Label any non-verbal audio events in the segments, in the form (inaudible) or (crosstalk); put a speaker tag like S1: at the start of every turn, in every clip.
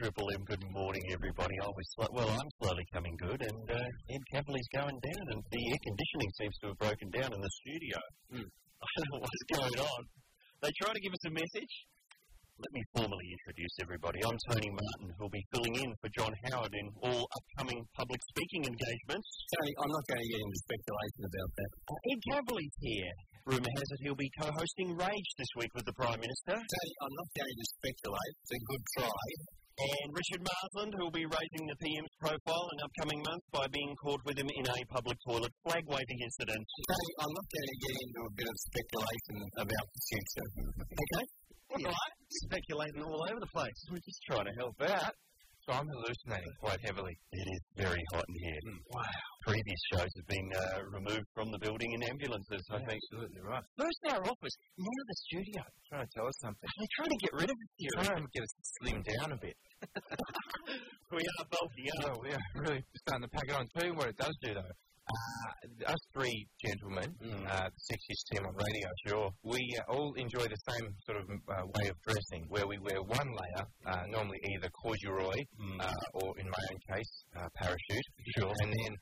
S1: Triple M. Good morning, everybody. Oh, we sl- well, I'm slowly coming good, and uh, Ed Cavalli's going down, and the air conditioning seems to have broken down in the studio.
S2: Hmm.
S1: (laughs) I don't know what's going on. They try to give us a message. Let me formally introduce everybody. I'm Tony Martin, who'll be filling in for John Howard in all upcoming public speaking engagements.
S2: Tony, I'm not going to get into speculation about that.
S1: Uh, Ed Cavalli's here. Rumour has it he'll be co-hosting Rage this week with the Prime Minister.
S2: Tony, I'm not going to speculate. It's a good try.
S1: And Richard Marsland, who will be raising the PM's profile in upcoming months by being caught with him in a public toilet flag waving incident.
S2: Tony, I'm not going to get into a bit of speculation about the future. Okay?
S1: Right? Speculating all over the place. We're just trying to help out.
S3: So I'm hallucinating quite heavily.
S1: It is very hot in here.
S2: Hmm.
S1: Wow. Previous shows have been uh, removed from the building in ambulances, I think.
S3: absolutely right.
S1: First our office, now the studio.
S3: Trying to tell us something.
S1: They're trying to get rid of us here.
S3: Trying to get us to slim down a bit.
S1: We are bulking up.
S3: Oh, we
S1: (laughs)
S3: are really starting to pack it on. Tell you what it does do though. Uh, us three gentlemen,
S1: Mm.
S3: uh, the sexiest team on radio, sure. We uh, all enjoy the same sort of uh, way of dressing, where we wear one layer, uh, normally either corduroy
S1: Mm.
S3: uh, or, in my own case, uh, parachute, sure. and then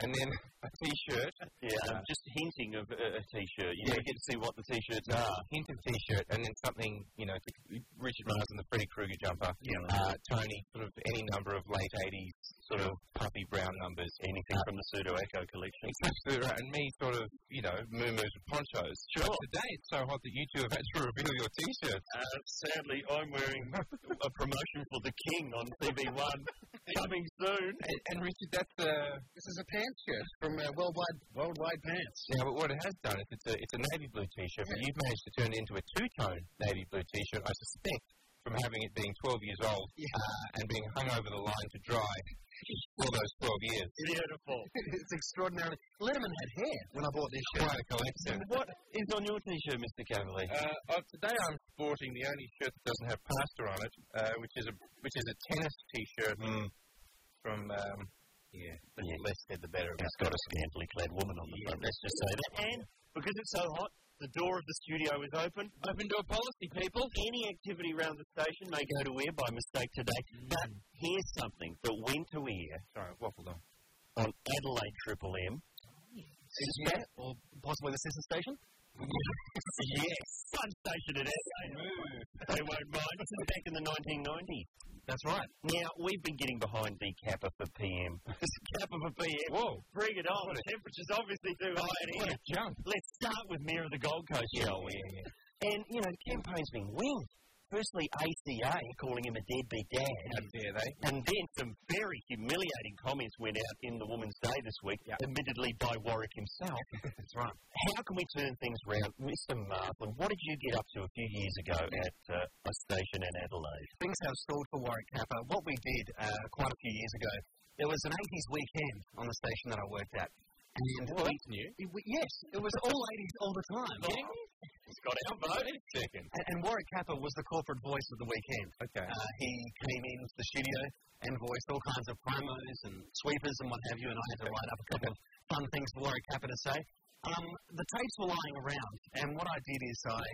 S3: and then (laughs) a t-shirt,
S1: yeah, I'm
S3: uh,
S1: just hinting of a, a t-shirt. You
S3: Yeah.
S1: don't get to see what the t-shirts
S3: uh,
S1: are.
S3: hint of t-shirt, and then something, you know, to- Richard Mars and the Freddy Krueger jumper. Uh, Tony, sort of any number of late 80s sort of puppy brown numbers.
S1: Anything from the Pseudo Echo collection.
S3: It's absolutely right. And me, sort of, you know, moo moos and ponchos. Sure. But today it's so hot that you two have had to (laughs) reveal your t shirts.
S1: Uh, sadly, I'm wearing a promotion for The King on TV1 coming soon.
S3: And, and Richard, that's uh,
S2: This is a pants shirt from uh, Worldwide, Worldwide Pants.
S3: yeah, but what it has done is it's a, it's a navy blue t shirt, but you've managed to turn it into a two tone navy blue t shirt, I suspect. From having it being 12 years old uh, and being hung over the line to dry for those 12 years.
S1: Beautiful.
S2: (laughs) it's extraordinary. Letterman had hair when I bought this shirt.
S3: Quite a collection.
S1: What is on your t-shirt, Mr. Cavalier?
S3: Uh, uh, today I'm sporting the only shirt that doesn't have pasta on it, uh, which is a which is a tennis T-shirt from um, yeah, the
S1: Yeah.
S3: less said the better.
S1: It's got a scantily clad woman on the
S3: Yeah,
S1: front, let's just say that. And because it's so hot, the door of the studio is open.
S3: Open door policy, people.
S1: Any activity around the station may go to air by mistake today. But here's something that went to air
S3: Sorry, waffled on.
S1: on Adelaide Triple M.
S2: Is that or possibly the sister station?
S1: Yes, fun station at Adelaide. They won't mind. This is back in the 1990s.
S2: That's right.
S1: Now, we've been getting behind the Kappa for
S3: (laughs)
S1: PM. This Kappa for PM.
S3: Whoa,
S1: Bring it on. The temperature's obviously too high in
S3: what
S1: here.
S3: a jump!
S1: Let's start with Mayor of the Gold Coast, shall we? And, you know, the campaign's been winged. Firstly, ACA calling him a deadbeat dad.
S3: How dare they?
S1: And then some very humiliating comments went out in the Women's Day this week, admittedly by Warwick himself.
S3: That's right.
S1: How can we turn things round? Mr. Martland, what did you get up to a few years ago at uh, a station in Adelaide?
S2: things have stalled for Warwick Kappa. What we did uh, quite a few years ago, there was an 80s weekend on the station that I worked at. And we,
S3: That's new.
S2: it, we- yes, it was all 80s all the time.
S3: It's got our vote. Wait a second.
S2: And, and Warwick Kappa was the corporate voice of the weekend.
S3: Okay.
S2: Uh, he came into the studio and voiced all kinds of promos and sweepers and what have you, and I had to write up a couple of fun things for Warwick Kappa to say. Um, the tapes were lying around, and what I did is I,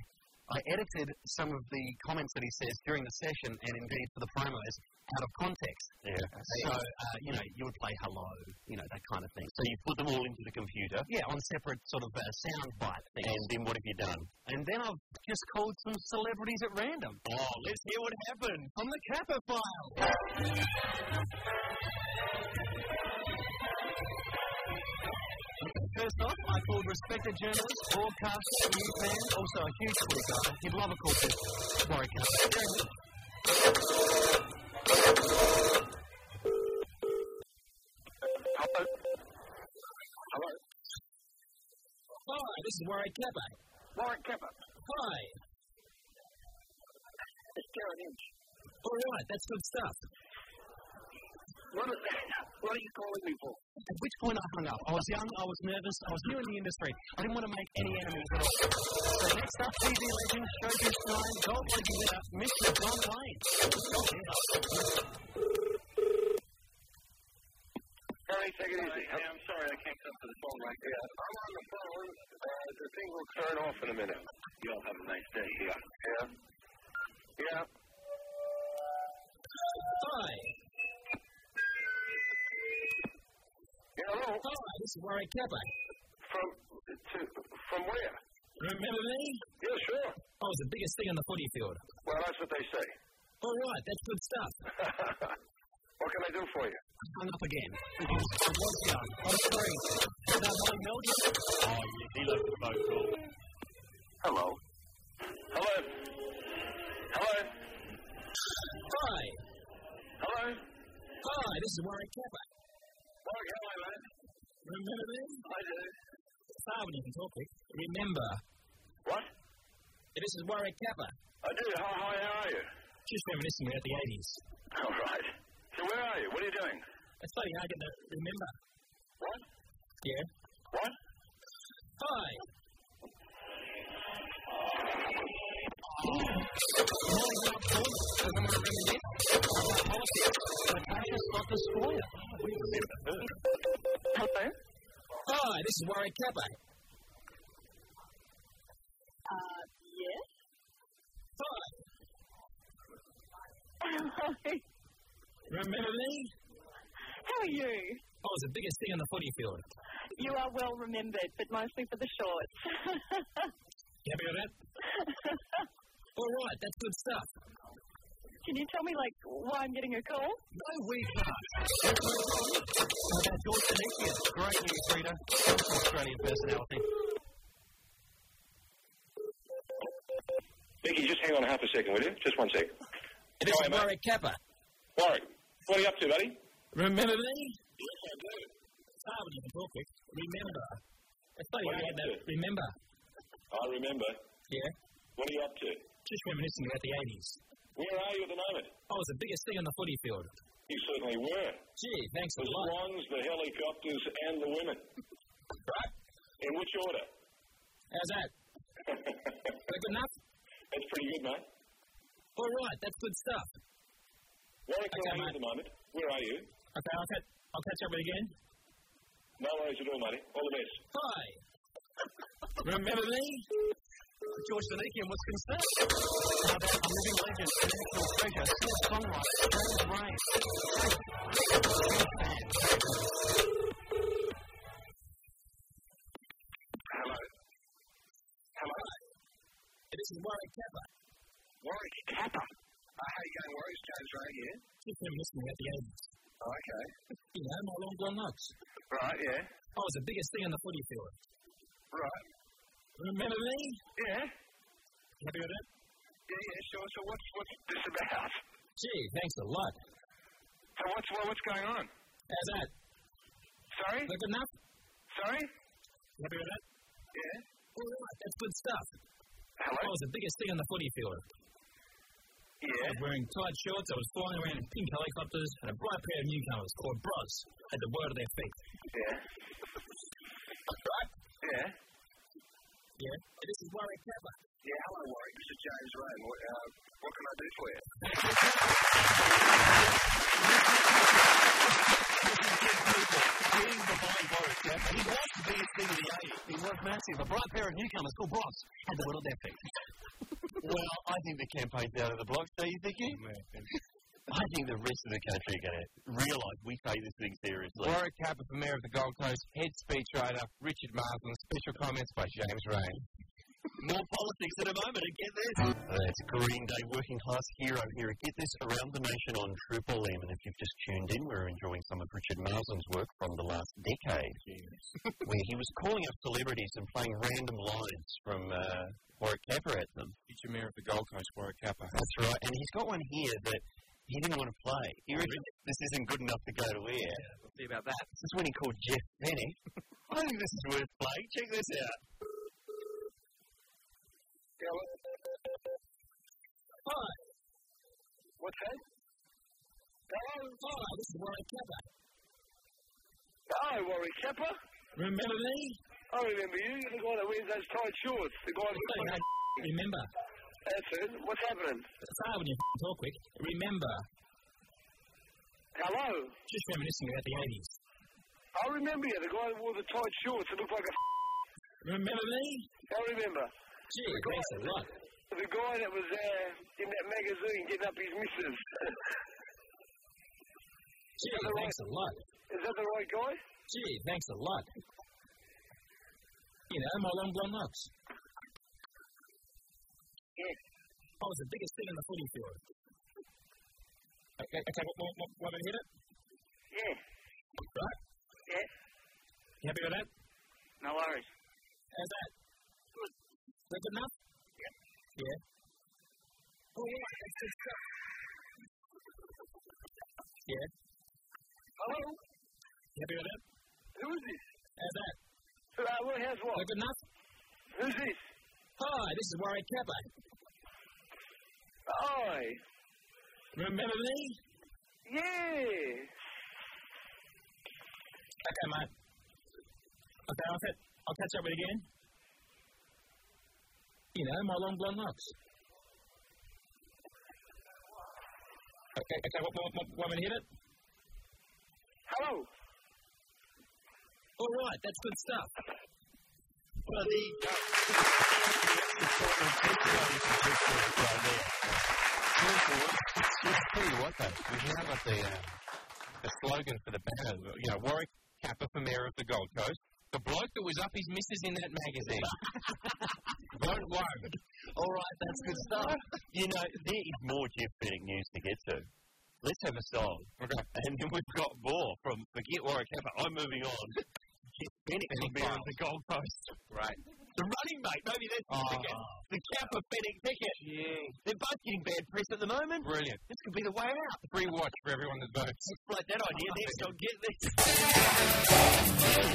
S2: I edited some of the comments that he says during the session and indeed for the promos out of context.
S1: Yeah.
S2: So, uh, you know, you would play hello, you know, that kind of thing.
S1: So you put them all into the computer,
S2: Yeah, on separate sort of uh, sound bite things.
S1: and then what have you done?
S2: And then I've just called some celebrities at random
S1: Oh, let's hear what happened.
S2: on the Kappa file. First off, I called respected journalist, broadcaster, news fan, also a huge speaker. He'd love a call to Warwick Kappa. Hello, this is Warwick Kappa.
S4: Warwick Kepper.
S1: Hi.
S5: It's Darren Inch.
S6: Oh,
S1: All right, that's good stuff.
S5: What, is, what are you calling me for?
S6: At which point I hung up. I was young, I was nervous, I was new in the industry. I didn't want to make any enemies at all. So next up, TV legend, Shoji Stein, Gold League winner, Mr. John Wayne. Oh, yeah.
S5: Harry, take it easy. Hey, I'm sorry, I can't come to the phone right now. I'm on the phone. Uh, the thing will turn off in a minute. You all have a nice day. Yeah. Yeah. Yeah.
S1: Hi.
S5: yeah hello.
S1: Hi, this is Warwick Kappa.
S5: From to, from where?
S1: Remember me?
S5: Yeah, sure.
S1: I was the biggest thing on the footy field.
S5: Well, that's what they say.
S1: All right, that's good stuff.
S5: what can I do for you?
S6: hung up again. I was young, I was free. And that one million,
S7: Oh, yeah, he left the phone call.
S5: Hello. Hello. Hello.
S1: Hi.
S5: Hello.
S1: Hi, this is Warwick Kappa.
S5: Mark, hello, man.
S1: Remember me?
S5: I do.
S1: It's hard when you can talk quick. Remember,
S5: What?
S1: this is Warwick Kappa.
S5: I do. Hi, hi, how are you?
S1: Just reminiscing about the 80s.
S5: All right. So where are you? What are you doing?
S1: It's bloody hard to remember.
S5: What?
S1: Yeah.
S5: What?
S1: Hi.
S8: Hello?
S1: Hi, this is Warwick Kappa.
S8: Uh, yes?
S1: Hi.
S8: Hello. How
S1: Remember me?
S8: are you?
S1: I was the biggest thing on the footy field.
S8: You are well remembered, but mostly for the shorts. (laughs)
S1: You happy
S6: (laughs)
S1: with that? All right, that's good stuff.
S8: Can you tell me, like, why I'm getting a call?
S6: no weak heart. I got George Panikia. Great news, Frida. Australian personality.
S5: Mickey, just hang on half a second, will you? Just one sec.
S1: This
S5: Hi,
S1: is
S5: mate.
S1: Warwick Kappa.
S5: Warwick, what are you up to, buddy?
S1: Remember me? It's hard when you can talk quick. Remember. It's bloody
S5: What
S1: hard
S5: happened
S1: to
S5: to it?
S1: remember.
S5: I remember.
S1: Yeah.
S5: What are you up to?
S1: Just reminiscing about the 80s.
S5: Where are you at the moment?
S1: I was the biggest thing on the footy field.
S5: You certainly were.
S1: Gee, thanks a
S5: The
S1: lot.
S5: swans, the helicopters, and the women.
S1: Right?
S5: In which order?
S1: How's (laughs) that? that good enough?
S5: That's pretty good, mate.
S1: All right, that's good stuff.
S5: Warwick, where
S1: Okay,
S5: are you
S1: mate.
S5: at the moment? Where are you?
S1: Okay, I'll, cut, I'll catch up with you again.
S5: No worries at all, mate. All the best.
S1: Hi. Remember me?
S6: George Panikia was concerned about a living legend, a national treasure, singer, songwriter, James Rain.
S5: Hello. Hello.
S1: This is Warwick Kappa.
S5: Warwick Kappa. Uh, how you going, Warwick? James Ray here.
S1: Just reminiscing about the 80s.
S5: Oh, okay.
S1: You know, my long gone nuts.
S5: Right, yeah.
S1: I was the biggest thing on the footy field.
S5: Right.
S1: Remember me?
S5: Yeah.
S1: Happy with that?
S5: Yeah, yeah, sure. So what's, what's this about?
S1: Gee, thanks a lot.
S5: So what's, what, what's going on?
S1: How's that?
S5: Sorry?
S1: That good enough?
S5: Sorry?
S1: Happy with that?
S5: Yeah.
S1: All right, that's good stuff.
S5: Hello?
S1: I was the biggest thing on the footy field. I
S5: Yeah.
S1: was wearing tight shorts, I was flying around in pink helicopters, and a bright pair of newcomers called bros had the world at their feet.
S5: Yeah. Yeah.
S1: Yeah, this is Warwick Kappa.
S5: Yeah, hello, Warwick. This is James Rain. What, uh, what can I do for you?
S6: being behind Boris Johnson. He was the biggest thing of the 80s. He was massive. A bright pair of newcomers called Boss had the world at their
S9: (laughs)
S6: feet.
S7: Well, I think the campaign's out of the blocks, don't you think? Ian?
S9: Oh,
S7: I think the rest of the country are going to realise we take this thing seriously.
S9: Warwick Kappa for Mayor of the Gold Coast, head speechwriter Richard Marsden, special comments by James Rain.
S7: More politics at a moment, and get this. That's Uh, Green Day Working Class Hero here. at Get this around the nation on Triple M. And if you've just tuned in, we're enjoying some of Richard Marsden's work from the last decade, where he was calling up celebrities and playing random lines from uh, Warwick Capper at them.
S9: Future Mayor of the Gold Coast, Warwick Kappa.
S7: That's right. And he's got one here that he didn't want to play. He reckons this isn't good enough to go to air.
S1: We'll see about that.
S7: This is when he called Jeff (laughs) Penny. I think this is worth playing. Check this out.
S5: Yeah, what? What's that? Hello?
S4: Hi, this is Warwick Capper.
S5: Hi, Warwick Shepper.
S4: Remember me?
S5: I remember you. You're the guy that wears those tight shorts. The guy with the
S4: Hey, hey, remember.
S5: That's it. What's happening?
S4: It's hard when you talk quick. Remember.
S5: Hello?
S4: Just reminiscing about the 80s.
S5: I remember you. The guy that wore the tight shorts. It looked like a.
S4: Remember me?
S5: I remember.
S4: Gee, thanks a lot.
S5: The guy that was there in that magazine getting up his missus. (laughs)
S4: Gee, thanks a lot.
S5: Is that the right guy?
S4: Gee, thanks a lot. You know, my long blonde locks.
S5: Yes.
S4: I was the biggest thing in the footy field. Okay, okay, what, what, what, what, hit it?
S5: Yeah.
S4: Right?
S5: Yeah.
S4: You happy with that?
S5: No worries.
S4: How's that? Is that good enough? Yeah. Yeah. Oh, yeah, that's good stuff. Yeah.
S5: Hello?
S4: You happy with that?
S5: Who is this?
S4: How's that? Is
S5: Uh, well, how's what?
S4: that good enough?
S5: Who's this?
S4: Hi, this is Warwick Kappa.
S5: Hi.
S4: Remember me?
S5: Yeah.
S4: Okay, mate. Okay, I'll, ca- I'll catch up with you again. You know, my long blonde locks. Okay, okay, what, what, what, what, hit it?
S5: Hello.
S4: All right, that's good stuff. Well, the,
S3: tell you what, though, we've now got the, uh, the slogan for the banner. You know, Warwick Kappa for Mayor of the Gold Coast. The bloke that was up his missus in that magazine. Don't worry.
S2: All right, that's good stuff.
S1: You know, there is more geophysic news to get to. Let's have a song.
S3: Okay.
S1: And then we've got more from Forget Warwick Kappa. I'm moving on. Get Bennett from Mayor of the Gold Coast.
S3: Right.
S1: The running mate, maybe that's the ticket. The Kappa Fennec ticket. Yeah. They're both getting bad press at the moment.
S3: Brilliant.
S1: This could be the way out.
S3: Free watch for everyone that votes.
S1: Exploit that idea. Next, I'll get this.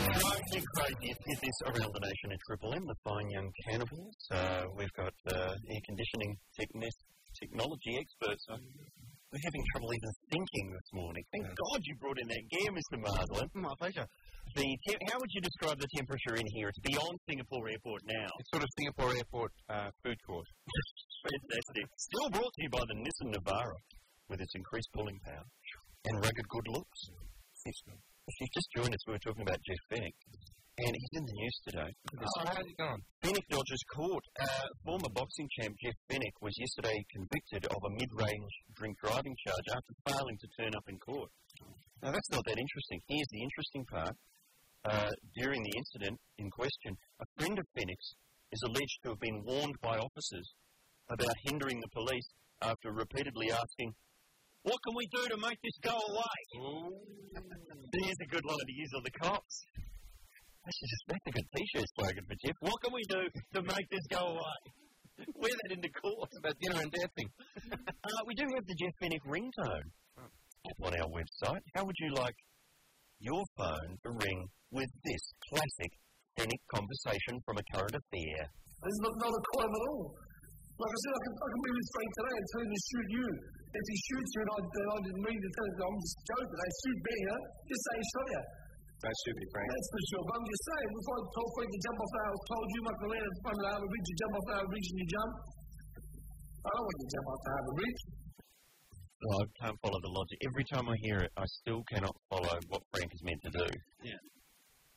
S1: Crazy, crazy. Get this around the nation at Triple M, the fine young cannibals. Uh, we've got uh, air conditioning techni- technology experts. Uh, We're having trouble even thinking this morning. Thank God you brought in that gear, Mr. Marsland.
S2: My pleasure.
S1: The te- how would you describe the temperature in here? It's beyond Singapore Airport now.
S3: It's sort of Singapore Airport uh, food court.
S1: Fantastic. Still brought to you by the Nissan Navara with its increased pulling power and rugged good looks. If you've just joined us, we were talking about Jeff Fennick, and he's in the news today.
S3: So Oh, how's it going?
S1: Fennick Dodgers Court. Uh, former boxing champ Jeff Fennick was yesterday convicted of a mid-range drink driving charge after failing to turn up in court. Now, that's not that interesting. Here's the interesting part. Uh, during the incident in question, a friend of Fennick's is alleged to have been warned by officers about hindering the police after repeatedly asking, what can we do to make this go away? There's a good line to use on the cops. That's just that's a good t-shirt slogan for Jeff. What can we do to make this go away? Wear that into court.
S3: But you know, and that thing.
S1: (laughs) Uh, we do have the Jeff Fennick ringtone up on our website. How would you like your phone to ring with this classic Fennick conversation from a current affair?
S10: It's not, not a crime at all. Like I said, I can, I can be this straight today and tell him to shoot you. If he shoots you and I, then I didn't mean to tell him, I'm just joking. They shoot me, huh? Just say he shot you.
S3: That should be great.
S10: That's for sure. But I'm just saying, if I told Frank to jump off the house, told you like the land in front of the Harbour Bridge, you jump off the Harbour Bridge and you jump. I don't want you to jump off the Harbour Bridge.
S1: Oh, I can't follow the logic. Every time I hear it, I still cannot follow what Frank is meant to do.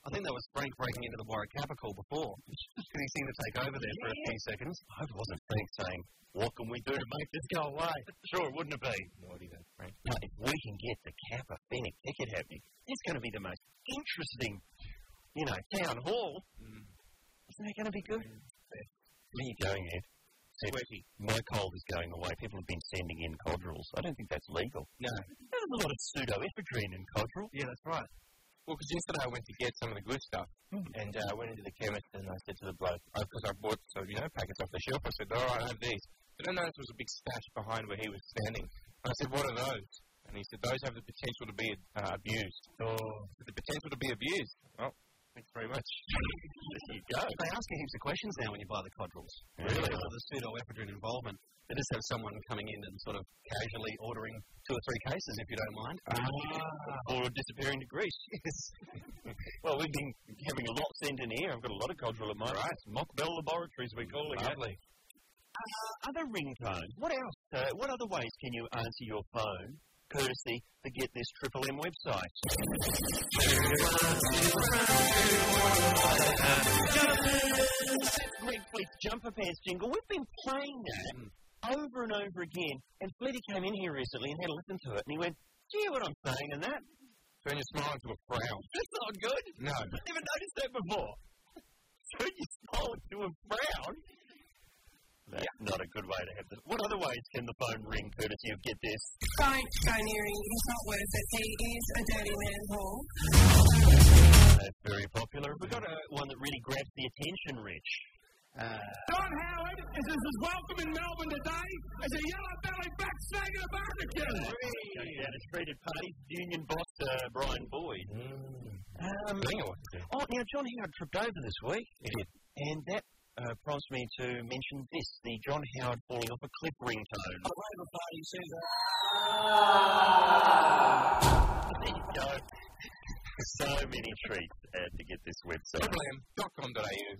S2: I think that was Frank breaking into the Warwick Capital
S1: (laughs)
S2: before. Because he seemed to take over there for a few seconds.
S1: I hope it wasn't Frank saying, What can we do to make this go away? Sure, wouldn't it be?
S3: Naughty that, Frank.
S1: Now, if we can get the Kappa Phoenix ticket happening, it's going to be the most interesting, you know, town hall. Isn't that going to be good? Where are you going, Ed? Said, My cold is going away. People have been sending in codrils. I don't think that's legal.
S3: No.
S1: There's a lot of pseudoephedrine in codril.
S2: Yeah, that's right.
S3: Well, because yesterday I went to get some of the good stuff, and uh, I went into the chemist and I said to the bloke, because I bought some, you know, packets off the shelf. I said, "All right, I have these." But I noticed there was a big stash behind where he was standing. And I said, "What are those?" And he said, "Those have the potential to be uh, abused." Oh. The potential to be abused. Well, thanks very much.
S1: you go.
S2: They ask you heaps of questions now when you buy the codrils.
S1: Really?
S2: Because of the pseudoephedrine involvement. They just have someone coming in and sort of casually ordering two or three cases if you don't mind. (laughs)
S1: Or disappearing to Greece. Ah. Yes. (laughs) well, we've been having a lot sent in here. I've got a lot of cultural at mine. Right. Mock Bell Laboratories, we're calling it. Uh, other ringtones. What else? Uh, what other ways can you answer your phone courtesy the Get This Triple M website? Greg Fleet's jumper pants jingle. We've been playing that over and over again. And Fleety came in here recently and had a listen to it, and he went, "Do you hear what I'm saying?" And that
S3: Turn your smile into a frown.
S1: that's not good.
S3: No.
S1: I've never noticed that before. (laughs) Turn your smile into a frown. That's not a good way to have this. What other ways can the phone ring courtesy of Get This?
S11: Don't go near him. He's not worth it. He is a dirty manhole.
S1: That's very popular. We've got a, one that really grabs the attention, Rich.
S10: Uh, Don Howard is as as welcome in Melbourne today as a yellow belly back snake at a barbecue.
S1: Going down to treated parties, union boss uh, Brian Boyd. Um, oh, now John Howard tripped over this week. And that uh, prompts me to mention this the John Howard falling off a cliff ringtone.
S4: The Labour Party says that
S1: There you go. so many treats uh, to get this website.
S3: Triplem.com.au.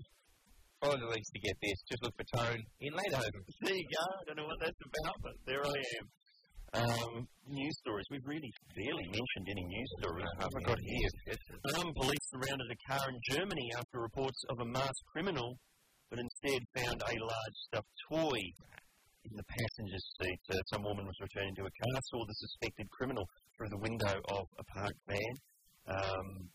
S3: Follow the links to get this. Just look for Tone in Lederhoven.
S1: There you go. I don't know what that's about, but there I am. Um, news stories. We've really barely mentioned any news stories. What have I got here? Armed police surrounded a car in Germany after reports of a masked criminal, but instead found a large stuffed toy in the passenger seat. Uh, some woman was returning to a car, saw the suspected criminal through the window of a parked van. Um,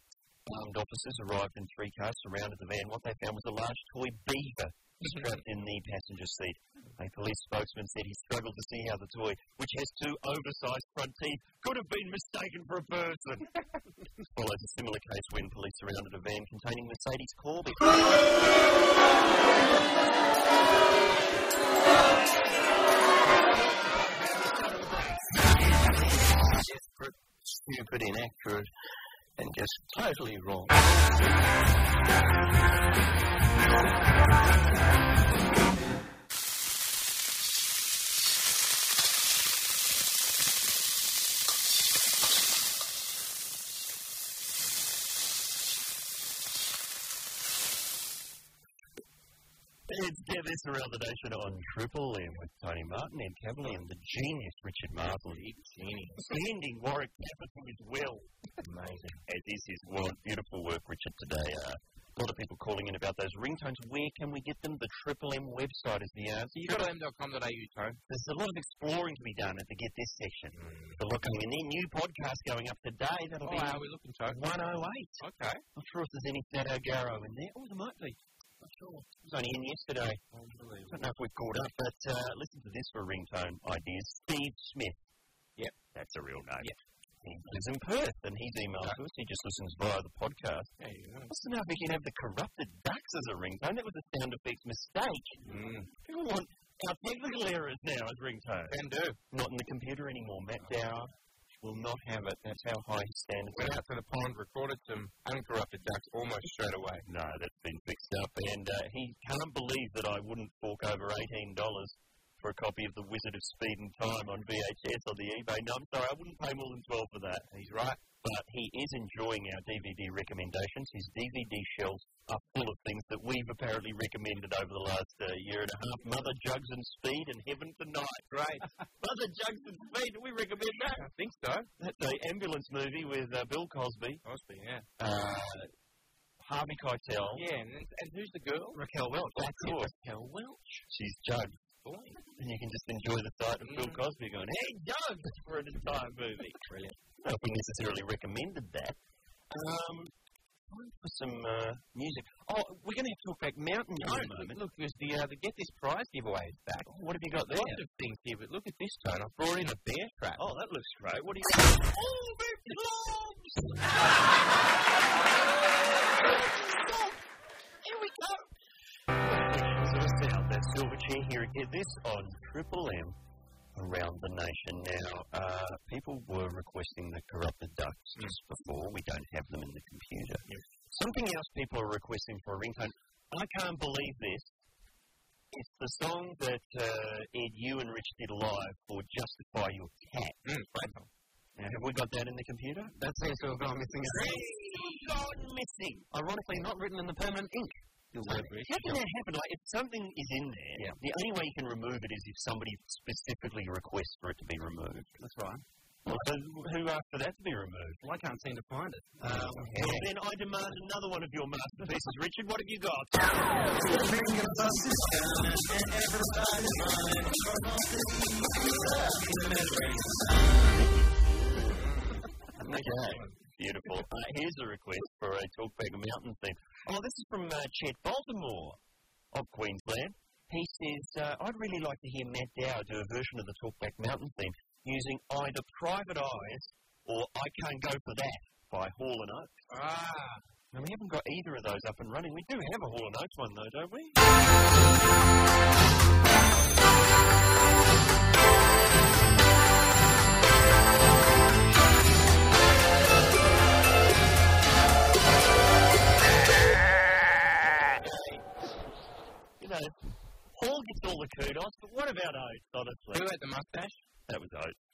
S1: armed officers arrived in three cars, surrounded the van. What they found was a large toy beaver strapped in the passenger seat. A police spokesman said he struggled to see how the toy, which has two oversized front teeth, could have been mistaken for a person. Followed a similar case when police surrounded a van containing Mercedes Corby.
S2: Stupid, inaccurate, and just totally wrong.
S1: It's Get This Around the Nation on Triple M with Tony Martin, Ed Cavalier, and the genius Richard Marvel. Genius. Ending Warwick Capital as well. Amazing. As is his work. Beautiful work, Richard, today. Uh, a lot of people calling in about those ringtones. Where can we get them? The Triple M website is the answer. You've got to,
S3: Triplem.com.au, Tone.
S1: there's a lot of exploring to be done at the Get This section. The lot coming in. Their new podcast going up today. That'll
S3: Oh,
S1: be
S3: how are we looking, Tone?
S1: 108.
S3: Okay.
S1: Not sure if there's any Fat O'Garrow in there. Oh, there might be. Not sure. It was only in yesterday. I don't know if we've caught up, but uh, listen to this for ringtone ideas. Steve Smith. Yep. That's a real name. Yep. He lives in Perth, and he's emailed to us. He just listens via the podcast.
S3: There you go.
S1: Listen now if we can have the corrupted ducks as a ringtone. That was a sound effects mistake.
S3: Mm.
S1: People want our technical errors now as ringtone.
S3: Can do.
S1: Not in the computer anymore. Matt Dower will not have it. That's how high his standards are.
S3: Went out to the pond, recorded some uncorrupted ducks almost straight away.
S1: No, that's been fixed up, and uh, he can't believe that I wouldn't fork over eighteen dollars for a copy of The Wizard of Speed and Time on VHS on the eBay. No, I'm sorry, I wouldn't pay more than twelve for that. He's right, but he is enjoying our DVD recommendations. His DVD shelves are full of things that we've apparently recommended over the last uh, year and a half. Mother Jugs and Speed and Heaven Tonight. Great, Mother Jugs and Speed. Did we recommend that?
S3: I think so.
S1: That's a ambulance movie with uh, Bill Cosby,
S3: Mostly, yeah.
S1: uh, Harvey Keitel.
S3: Yeah, and, and who's the girl?
S1: Raquel Welch. Of course. Raquel Welch. She's Jug. And you can just enjoy the sight of Bill Cosby going, hey, Jug, for an entire movie. Brilliant. I don't know if we necessarily recommended that. Um, time for some uh, music. Oh, we're going to have to talk back Mountain Dew in a moment.
S3: Look, there's the, uh, the Get This Prize giveaway is back.
S1: What have you got there?
S3: Lots of things here, but look at this, Tone. I've brought in a bear trap.
S1: Oh, that looks great. What do you got? Oh, they're gloves! Stop! Here we go! Source out that silver chair here and get this on Triple M around the nation now. Uh, people were requesting the corrupted
S2: Hmm.
S1: ducks just before. We don't have them in the computer. Something else people are requesting for a ringtone. I Can't Believe This is the song that uh, Ed, you and Rich did live for Justify Your Cat.
S2: Hmm.
S3: Mm, right.
S1: Now, have we got that in the computer?
S2: That seems to have gone missing.
S1: gone missing.
S2: Ironically, not written in the permanent ink. Your word, Rich.
S1: How can that happen? Like, if something is in there,
S2: Yeah.
S1: the only way you can remove it is if somebody specifically requests for it to be removed.
S2: That's right.
S1: Well, so who asked for that to be removed? Oh,
S2: Well, I can't seem to find it. Um,
S1: Well, then I demand another one of your masterpieces. Richard, what have you
S2: (laughs)
S1: got? Okay. Beautiful. Uh, here's a request for a Talkback Mountain theme. Oh, this is from uh, Chet Baltimore of Queensland. He says, uh, I'd really like to hear Matt Dow do a version of the Talkback Mountain theme using either Private Eyes or I Can't Go For That by Hall and Oates.
S3: Ah,
S1: And we haven't got either of those up and running. We do have a Hall and Oates one, though, don't we? You know, Hall gets all the kudos, but what about Oates, honestly?
S3: who had the mustache?
S1: That was Oates.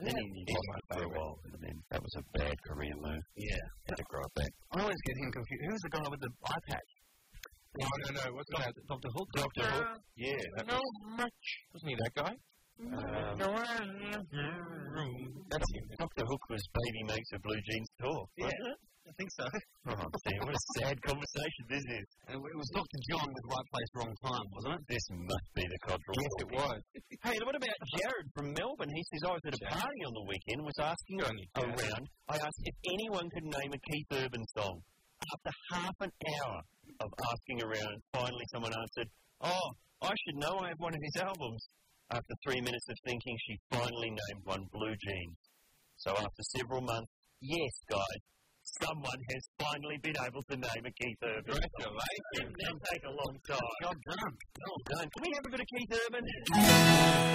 S1: And then he
S3: he's
S1: was for
S3: my
S1: a
S3: favourite.
S1: while, and then that was a bad career move. Yeah. Had to grow it back.
S2: I always get him confused. Who's the guy with the eye patch?
S3: No, no, no. What's that?
S2: Dr. Hook?
S3: Doctor Who?
S1: Yeah. that
S3: No, much. Wasn't he that guy?
S1: Um,
S3: No, That's him.
S1: Dr. Hook was Baby Makes a Blue Jeans Tour.
S2: Yeah, I think so.
S1: Oh, man, what a sad conversation this is.
S2: And it was Dr. John with right place, wrong time, wasn't it?
S1: This must be the cultural.
S3: Yes, it was.
S1: Hey, what about Jared from Melbourne? He says, I was at a party on the weekend, was asking
S3: Good on you, Jared.
S1: around, I asked if anyone could name a Keith Urban song. After half an hour of asking around, finally someone answered, Oh, I should know, I have one of his albums. After three minutes of thinking, she finally named one Blue Jeans. So after several months, yes, guys, someone has finally been able to name a Keith Urban. song. Didn't that take a long time? God done. God done. Can we have a bit of Keith Urban?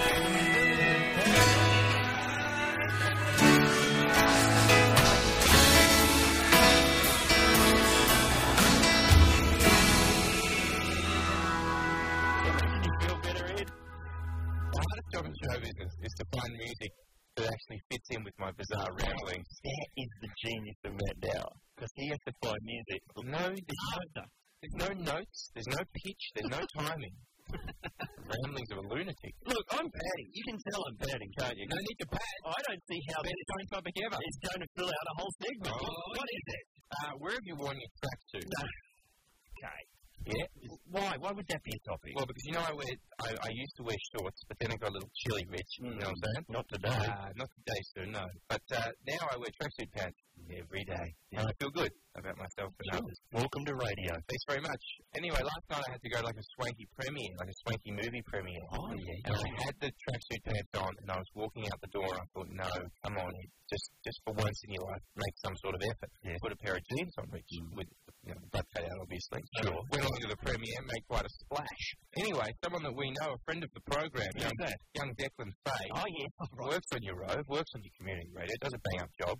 S1: Did you feel better, Ed?
S3: My hardest job in show business is to find music that actually fits in with my bizarre ramblings.
S1: That is the genius of Matt Dow. Because he has to find music.
S3: No, there's no, there's no notes, there's no pitch, there's no (laughs) timing. ramblings of a lunatic.
S1: Look, I'm padding. You can tell I'm padding, can't you?
S3: No need to pad.
S1: I don't see how this
S3: Best topic ever.
S1: is going to fill out a whole segment. what is it?
S3: Uh, where have you worn your track to?
S1: Okay.
S3: Yeah.
S1: Why? Why would that be a topic?
S3: Well, because you know I wear, I, I used to wear shorts, but then I got a little chilly, Rich. You know what I'm saying?
S1: not today.
S3: Uh, not today, sir, no. But uh, now I wear tracksuit pants every day. And I feel good about myself and others.
S1: Welcome to radio.
S3: Thanks very much. Anyway, last night I had to go to like a swanky premiere, like a swanky movie premiere.
S1: Oh, yeah.
S3: And I had the tracksuit pants on, and I was walking out the door, and I thought, no, come on, Ed. just just for once in your life, make some sort of effort.
S1: Yeah. Mm.
S3: Put a pair of jeans on, which with you know, the butt cut out, obviously.
S1: Sure.
S3: Went along to the premiere, made quite a splash. Anyway, someone that we know, a friend of the program,
S1: Who's
S3: young,
S1: that?
S3: young Declan Fay,
S1: Oh, yeah. (laughs)
S3: works on your road, works on your community radio, does a bang up job.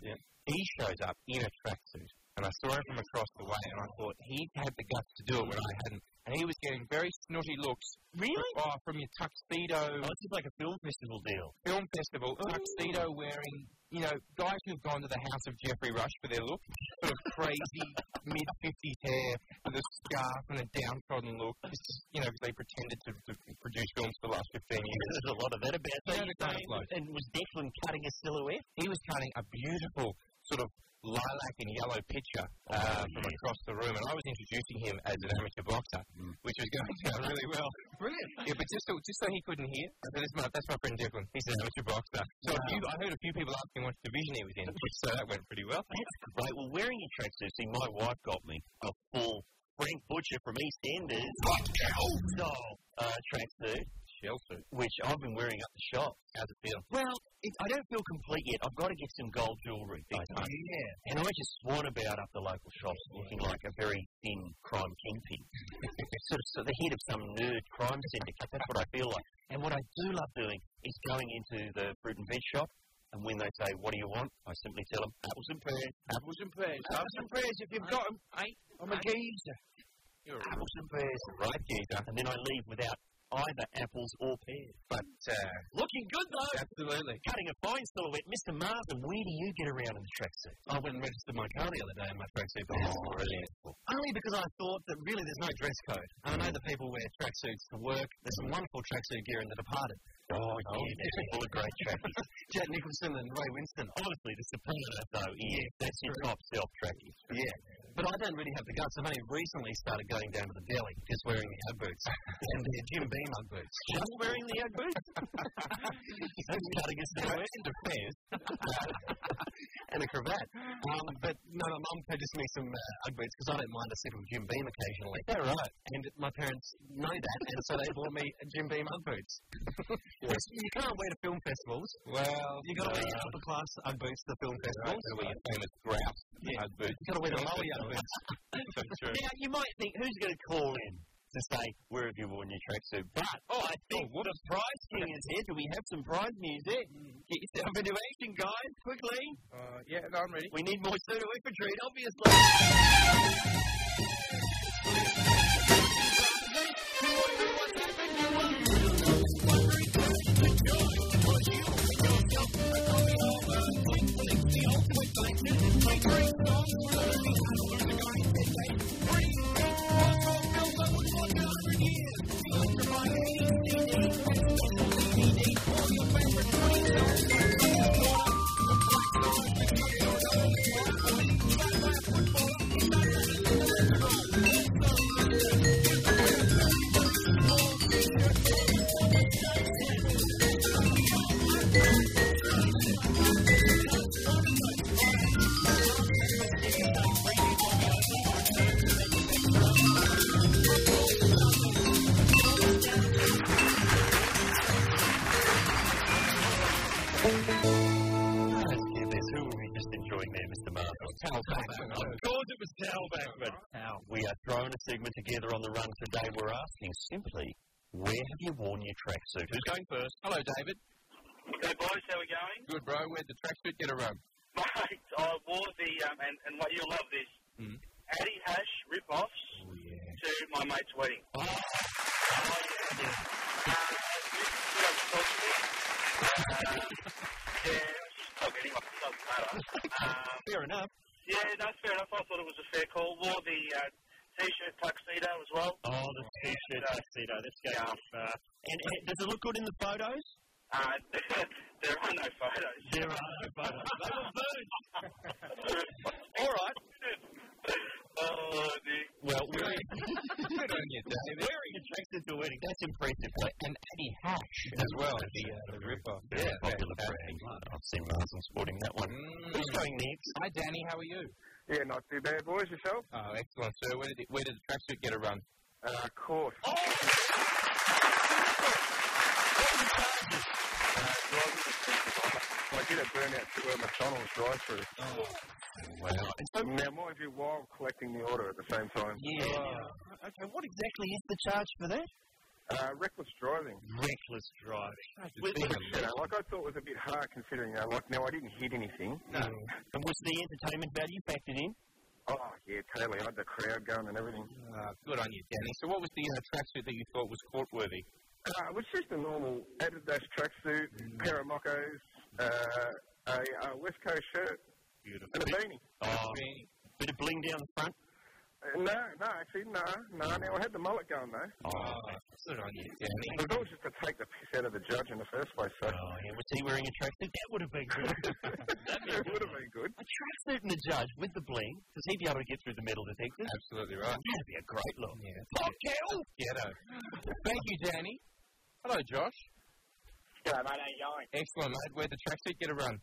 S3: He shows up in a tracksuit, and I saw him from across the way, and I thought he had the guts to do it when I hadn't. And he was getting very snotty looks.
S1: Really?
S3: Oh, from your tuxedo
S1: Oh, this is like a film festival deal.
S3: film festival, tuxedo wearing, you know, guys who've gone to the house of Jeffrey Rush for their look, sort of crazy mid fifties hair with a scarf and a downtrodden look. This is, you know, because they pretended to, to produce films for the last fifteen years.
S1: There's a lot of that about
S3: Yeah,
S1: So
S3: the
S1: you're
S3: kind of
S1: saying-
S3: bloke.
S1: And was Declan cutting a silhouette?
S3: he was cutting a beautiful sort of lilac and yellow picture uh, from across the room, and I was introducing him as an amateur boxer, which was going (laughs) down really well. Mm. Brilliant. Yeah, but just so, just so he couldn't hear, I said, that's my, that's my friend Declan. He's an amateur boxer. So a few, I heard a few people asking what division he was in, so that went pretty well.
S1: That's great. Well, wearing your tracksuit, see, my wife got me a full Frank Butcher from EastEnders style uh, tracksuit,
S3: Shelter.
S1: which I've been wearing up the shop.
S3: How's it feel?
S1: Well, it, I don't feel complete yet. I've got to get some gold jewellery. Yeah. And I just swan about up the local shops looking like a very thin crime (laughs) kingpin. sort of so the head of some nerd crime syndicate. That's what I feel like. And what I do love doing is going into the fruit and veg shop. And when they say, what do you want? I simply tell them, apples and pears. Apples and pears. Apples and pears, if you've got them. I'm a geezer.
S3: You're a
S1: apples and pears,
S3: right geezer.
S1: and then I leave without either apples or pears.
S3: But, uh,
S1: Looking good though.
S3: absolutely.
S1: Cutting a fine silhouette, Mr. Marsden. Where do you get around in the tracksuit?
S12: I went and registered my car the other day in my tracksuit. but it's not really useful. Only because I thought that really there's no dress code. And I know that people wear tracksuits to work. There's some wonderful tracksuit gear in The Departed.
S1: Oh, yeah, that's full of great trackies.
S12: (laughs) Jack Nicholson and Ray Winston.
S1: Honestly, the Soprano though, yeah, that's your top self trackies.
S12: Yeah. But I don't really have the guts. I've only recently started going down to the deli just wearing the Ugg boots and the Jim Beam Ugg boots.
S1: Just wearing the Ugg boots?
S12: (laughs)
S1: that's cutting us down.
S3: in defense,
S12: (laughs) and a cravat. Um, but no, my mum purchased me some uh, Ugg boots because I don't mind a sip of Jim Beam occasionally. Yeah, right. And my parents know that, and so they bought me a Jim Beam Ugg
S3: (laughs)
S12: boots. Which you can't wear to film festivals.
S3: well,
S12: You got to wear your upper class Ugg boots to the film festivals.
S3: also wear your famous grouse
S12: Yeah.
S3: Ugg boots.
S12: You gotta wear the lower Ugg boots.
S3: (laughs) So true.
S1: Now you might think, who's going to call in to say where have you worn your tracksuit? But oh, I think what the prize king is here. Do we have some prize music? Get yourself into action, guys, quickly.
S3: Uh, yeah, no, I'm ready.
S1: We need more pseudo infantry, obviously. Let's get this. Who were we just enjoying there, Mr. Marvel? Tal Backman. Of course it was Tal Backman. We are throwing a segment together on the run today. We're asking simply, where have you worn your tracksuit?
S3: Who's going first? Hello, David.
S5: Hey boys, how we going?
S3: Good, bro. Where'd the tracksuit get a run?
S5: Mate, I wore the um, and and what you'll love this
S1: Mm-hmm.
S3: Mhm.
S5: Addy Hash rip offs
S1: Oh,
S5: to my mate's wedding. Oh. yeah. Uh, this is what I'm supposed to be. Uh, yeah, I just told anyone, it doesn't matter. Um,
S1: Fair enough.
S5: yeah, that's fair enough. I thought it was a fair call. Wore the uh, t-shirt tuxedo as well.
S1: Oh, the t-shirt tuxedo. That's going
S5: Yeah.
S1: off. Uh, and, and does it look good in the photos?
S5: Uh, (laughs) there are no photos.
S1: There are no photos. They (laughs) were booed. All right.
S5: (laughs) oh, dear.
S1: Well, (laughs) wearing,
S3: Good on you, David.
S1: wearing a tracksuit to a wedding, that's impressive. And Addy Hatch
S3: As well, the, uh, the ripper.
S1: Yeah, popular brand. I've seen Marsden sporting that one. Who's going next?
S3: Hi, Danny. How are you?
S13: Yeah, not too bad, boys. Yourself?
S3: Oh, excellent, sir. Where did, it, where did the tracksuit get a run?
S13: Uh, of course. I did a burnout to a McDonald's drive-through.
S1: Well,
S13: Now, mind you, while collecting the order at the same time,
S1: yeah. okay, what exactly is the charge for that?
S13: uh, reckless driving.
S1: Reckless driving.
S3: It's been a
S13: You know, like I thought was a bit hard considering. Uh, like, now I didn't hit anything.
S1: uh, And was the entertainment value factored in?
S13: Oh yeah, totally. I had the crowd going and everything.
S3: Uh, good on you, Danny. So, what was the uh, tracksuit that you thought was court worthy?
S13: Uh, it was just a normal Adidas tracksuit, pair of moccos, uh, a, uh West Coast shirt,
S1: Beautiful.
S13: and a
S1: Bit,
S13: beanie.
S1: oh, bit of bling down the front.
S13: Uh, no, no, actually, no, no. Now I had the mullet going though.
S3: Oh, good on you, Danny.
S13: It was all just to take the piss out of the judge in the first place. So
S1: Oh, yeah. Was he wearing a tracksuit? That would have been
S3: (laughs)
S1: good.
S13: (laughs) it would have been good.
S1: a tracksuit and a judge with the bling. Does he be able to get through the metal detectors?
S3: Absolutely right.
S1: That'd be a great look.
S3: Yeah.
S1: Cocktail?
S3: Ghetto. Thank you, Danny. Hello, Josh.
S5: Yeah, mate, ain't going.
S3: Excellent, mate. Where'd the tracksuit get a run?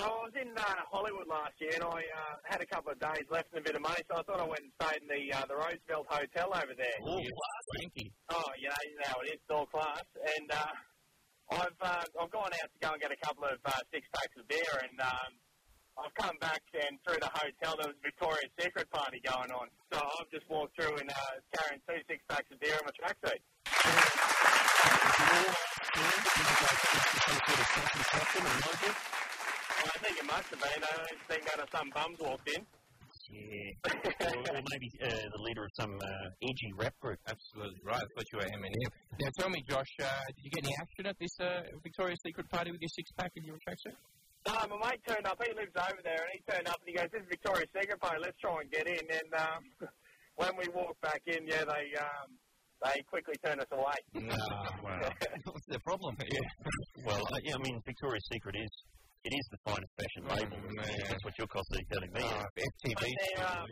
S5: I was in uh, Hollywood last year, and I uh, had a couple of days left and a bit of money, so I thought I went and stayed in the uh, the Roosevelt Hotel over there.
S1: Oh,
S3: Yeah.
S1: Frankie.
S5: Oh, you know, you know how it is, it's all class. And uh, I've uh, I've gone out to go and get a couple of uh, six packs of beer, and um, I've come back and through the hotel there was a Victoria's Secret party going on, so I've just walked through and uh, carrying two six packs of beer in my tracksuit. uh, I think it must have been. I don't think that some bums walked in.
S1: Yeah. or, (laughs) or maybe uh, the leader of some uh, edgy rap group.
S3: Absolutely right. I thought you were Eminem. Now tell me, Josh, uh, did you get any action at this uh, Victoria's Secret party with your six pack and your tracksuit?
S14: No, my mate turned up. He lives over there, and he turned up and he goes, "This is Victoria's Secret party. Let's try and get in." And um, (laughs) when we walked back in, yeah, they um, they quickly turned us away.
S3: No, (laughs) wow.
S15: What's the problem?
S1: Well, uh, yeah, I mean, Victoria's Secret is it is the finest fashion label.
S3: Oh, man.
S1: That's what your cost is uh, telling me.
S3: Uh,
S14: But
S3: FTV.
S14: there, um,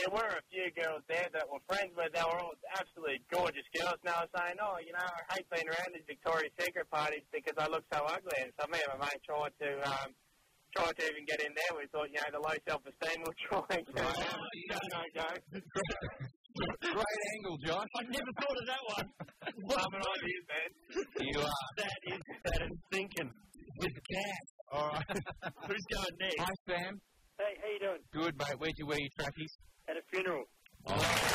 S14: there were a few girls there that were friends, but they were all absolutely gorgeous girls. And I was saying, oh, you know, I hate being around these Victoria's Secret parties because I look so ugly. And so me and my mate tried to um, tried to even get in there. We thought, you know, the low self esteem will try and get in there. No, no, no.
S3: Great angle, Josh.
S1: I never thought of that
S3: (laughs)
S1: one.
S14: I'm an idea, man.
S3: You are.
S1: that is that is thinking with gas.
S3: All
S14: (laughs)
S3: right.
S1: Who's going next?
S3: Hi, Sam.
S16: Hey, how you doing?
S3: Good, mate. Where'd you wear your trappies?
S16: At a funeral. There was a mate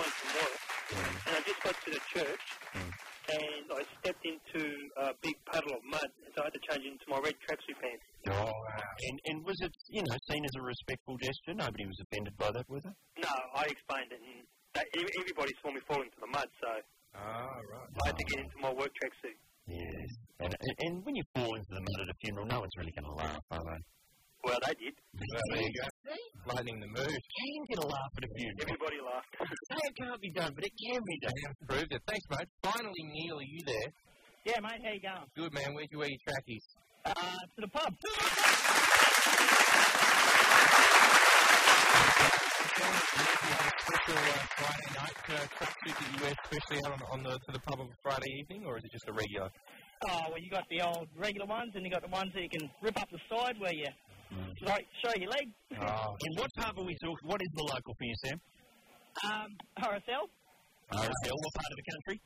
S16: once in there, and I just got to the church, and I stepped into a big puddle of mud, and so I had to change into my red tracksuit pants.
S1: Oh, and and was it you know seen as a respectful gesture? Nobody was offended by that, was it?
S16: No, I explained it, and that, ev- everybody saw me fall into the mud, so
S3: Ah, right.
S16: I had to get into my work tracksuit.
S1: Yes. And, and, and when you fall into the mud at a funeral, no one's really going to laugh, are they?
S16: Well, they did.
S3: Well, there you go. Lightening the mood.
S1: Can get a laugh at a funeral.
S16: Everybody laughed.
S1: It can't be done, but it can be done.
S3: Proved it. Thanks, mate. Finally, Neil, are you there?
S17: Yeah, mate, how you going?
S3: Good, man. Where'd you wear your trackies?
S17: Uh, to the pub.
S3: Special uh, Friday night uh, tracksuit that you wear especially out on, on the to the pub on Friday evening, or is it just a regular?
S17: Oh, well, you got the old regular ones, and you got the ones that you can rip up the side where you like show your leg.
S3: Oh,
S1: And what pub are we talking? What is the local for you, Sam?
S17: Um, RSL,
S1: RSL, what part of the country?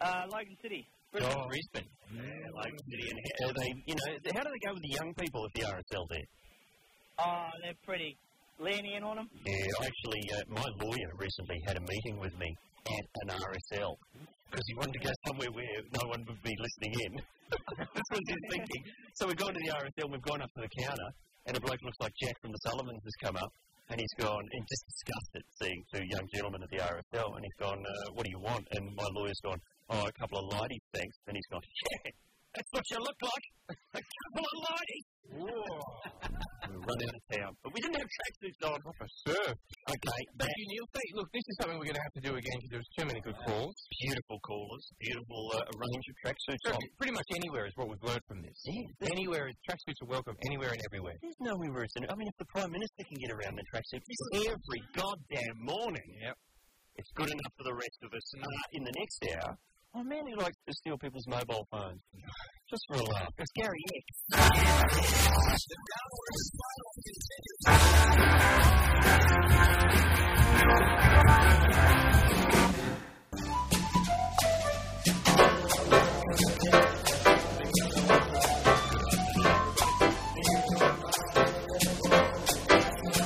S17: uh, Logan City.
S1: Oh, Brisbane. Yeah, Logan City. And how- are they, you know, how do they go with the young people at the RSL there?
S17: Oh, they're pretty lenient on them.
S1: Yeah, I actually, uh, my lawyer recently had a meeting with me at an RSL because he wanted to go somewhere where no one would be listening in. (laughs) That's what he's thinking. So we've gone to the RSL, we've gone up to the counter, and a bloke looks like Jack from the Sullivans has come up, and he's gone and just disgusted seeing two young gentlemen at the RSL, and he's gone, uh, "What do you want?" And my lawyer's gone, "Oh, a couple of lighties, thanks." And he's gone, "Yeah, that's what you look like, (laughs) a couple of lighties." we run out of town, but we didn't have tracksuits on.
S3: sure.
S1: Okay, that
S3: Thank you, Neil. Thank- Look, this is something we're going to have to do again because there was too many good calls.
S1: beautiful callers, beautiful uh, range of tracksuits.
S3: So
S1: on.
S3: pretty much anywhere is what we've learned from this. Anywhere, tracksuits are welcome anywhere and everywhere.
S1: There's no way worse than I mean, if the Prime Minister can get around the tracksuit every goddamn morning,
S3: Yep.
S1: it's good enough for the rest of us. Uh, in the next hour, oh, I mainly like to steal people's mobile
S3: (laughs)
S1: phones. Just for a laugh. It's Gary X.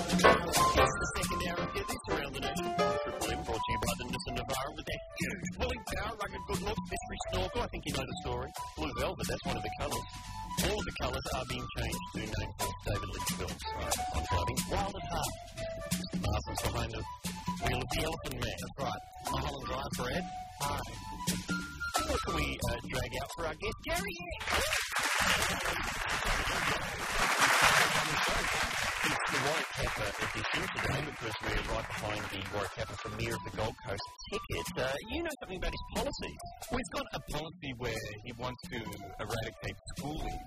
S1: Second hour of Get This Around the Nation. Triple M brought to you by the Nissan Navara with that huge pulling power, rugged good look, mystery snorkel. I think you know the story. Blue velvet, that's one of the colours. All of the colours are being changed to names of David Lynch films. Right. I'm driving Wild at Heart. Mr. Marsden's behind the wheel of the Elephant Man. That's right. Mulholland Drive for Ed. Hi. What can we uh, drag out for our guest, Gary? It's the Waikapa edition today because we're right behind the Waikapa Premier of the Gold Coast ticket. Uh, you know something about his policies.
S3: We've got a policy where he wants to eradicate schoolies.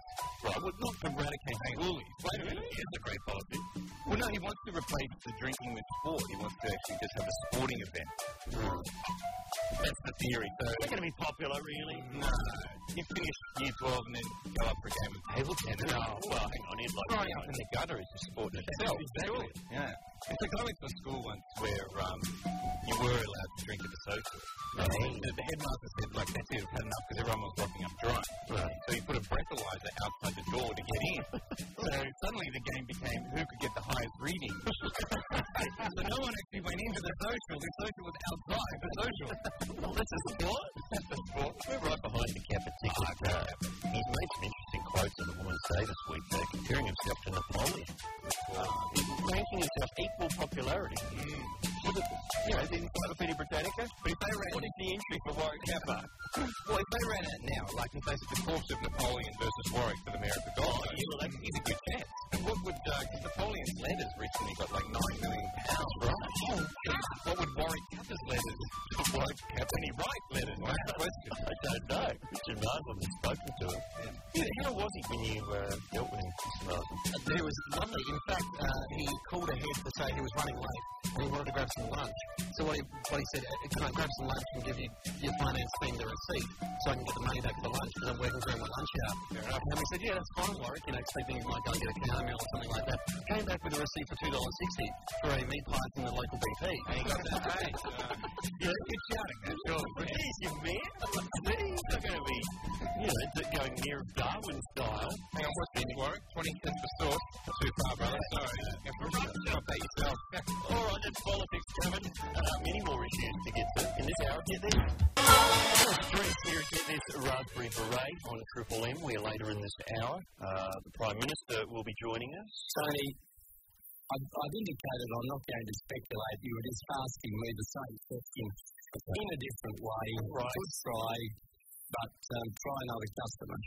S3: Right, well, not eradicate schoolies. Wait a minute, here's a great policy. Well, no, he wants to replace the drinking with sport. He wants to actually just have a sporting event. That's the theory. So
S1: It's not going to be popular, really.
S3: No. You finish year 12 and then go up for a game of table tennis. No.
S1: Well, hang on, he'd like
S3: Growing up in the gutter is a sport in itself. Exactly. Yeah. It's like I went to a school once where um, you were allowed to drink at the social. The, the headmaster said, like, that's it, had enough because everyone was walking up dry. So you put a breathalyzer outside the door to get in. so suddenly the game became who could get the highest (laughs) reading. so no one actually went into the social. The social was outside the social.
S1: This is sport. This is sport. We're right behind the Kappa ticket. Uh, he's made some interesting quotes on the women's Day this week, uh, comparing himself to Napoleon. Um, ranking himself equal popularity. Look at this. You know, the Encyclopedia Britannica. But if they ran what is the entry for Warwick Kappa?
S3: (coughs) Well, if they ran it now, like if they said the corpse of Napoleon versus Warwick for the mayor of the Gold, oh, yeah, well, that is a good chance. And what would, because Napoleon's letters recently got like 9 million pounds, right?
S1: Oh,
S3: What would Warwick Kappa's letters, Warwick Kappa, any right letters? Wow. That's the question.
S1: I don't know. Richard Marsden has spoken to him. Yeah, how was he when you uh, dealt with him, Mr. Marsden?
S2: There was lovely. In fact, uh, he called ahead to say he was running late and he wanted to grab some lunch. So what he, what he said, uh, can I grab some lunch and give you your finance team the receipt so I can get the money back for lunch because I'm working during my lunch hour? Fair enough. And we said, yeah, that's fine, Warwick, you know, expecting you might go and get a cow meal or something like that. Came back with a receipt for $2.60 for a meat pie from the local BP.
S3: And he got that paid.
S2: Yeah, good shouting that, sure.
S1: Jeez, you man. He's not going to be, you know, d- going near Darwin style.
S3: Hang on, what's this, Warwick? 20 cents for sauce. Too far, brother. Sorry. And for run, I'll pay yourself.
S1: All right, that's politics, Kevin. Uh, many more issues to get to in this hour. Get this. Drinks here at Get This Raspberry Beret on Triple M. We're later in this hour. Uh, the Prime Minister will be joining us.
S18: Tony, I've, I've indicated I'm not going to speculate. You were just asking me the same question in a different way.
S1: Right.
S18: Good try, but um, try another customer.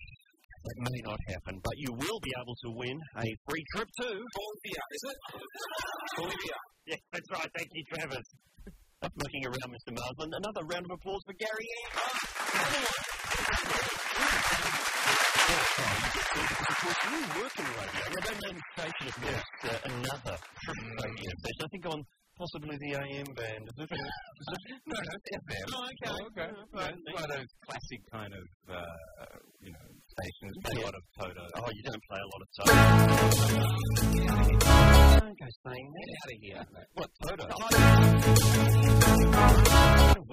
S1: That may not happen, but you will be able to win a free trip to
S4: Bolivia, is it?
S1: (laughs)
S4: Bolivia.
S1: Yes, that's right. Thank you, Travis. Looking around, Mr. Marsland. Another round of applause for Gary. Because you work in radio. I don't know the station if there's uh, another radio station. I think on possibly the AM band. Is it? Is it?
S3: No, no, it's FM.
S1: Oh, okay.
S3: Oh, okay.
S1: Right.
S3: Yeah, it's one of those classic kind of, uh, you know, stations. Play a lot of Toto.
S1: Oh, you don't play a lot of Toto. Don't go saying
S3: Get
S1: that.
S3: out of here, mate.
S1: What, Toto?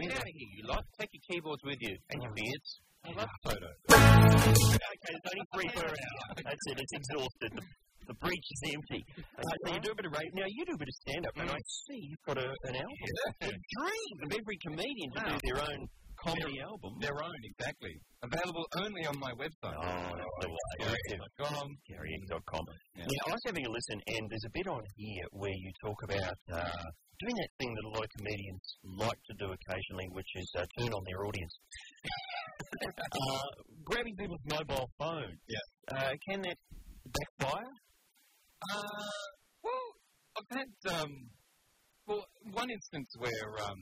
S3: Get out of here, you lot. Take your keyboards with you and your beards. I love Toto.
S1: okay, there's only three per hour. That's it, it's exhausted. The, the breach is empty. Uh, so you do a bit of radio. Now, you do a bit of stand up, and
S3: Mm.
S1: I see you've got a, an album. The dream of every comedian to do their own comedy album.
S3: Their own, exactly. Oh, Available only on my website.
S1: that's the way.
S3: Gone.
S1: GaryM.com.
S3: Yeah.
S1: Yeah, I was having a listen, and there's a bit on here where you talk about uh, doing that thing that a lot of comedians like to do occasionally, which is uh, turn on their audience. (laughs) uh, grabbing people's mobile phones.
S3: Yeah.
S1: Uh, can that backfire?
S3: Uh, well, I've had um, well one instance where um,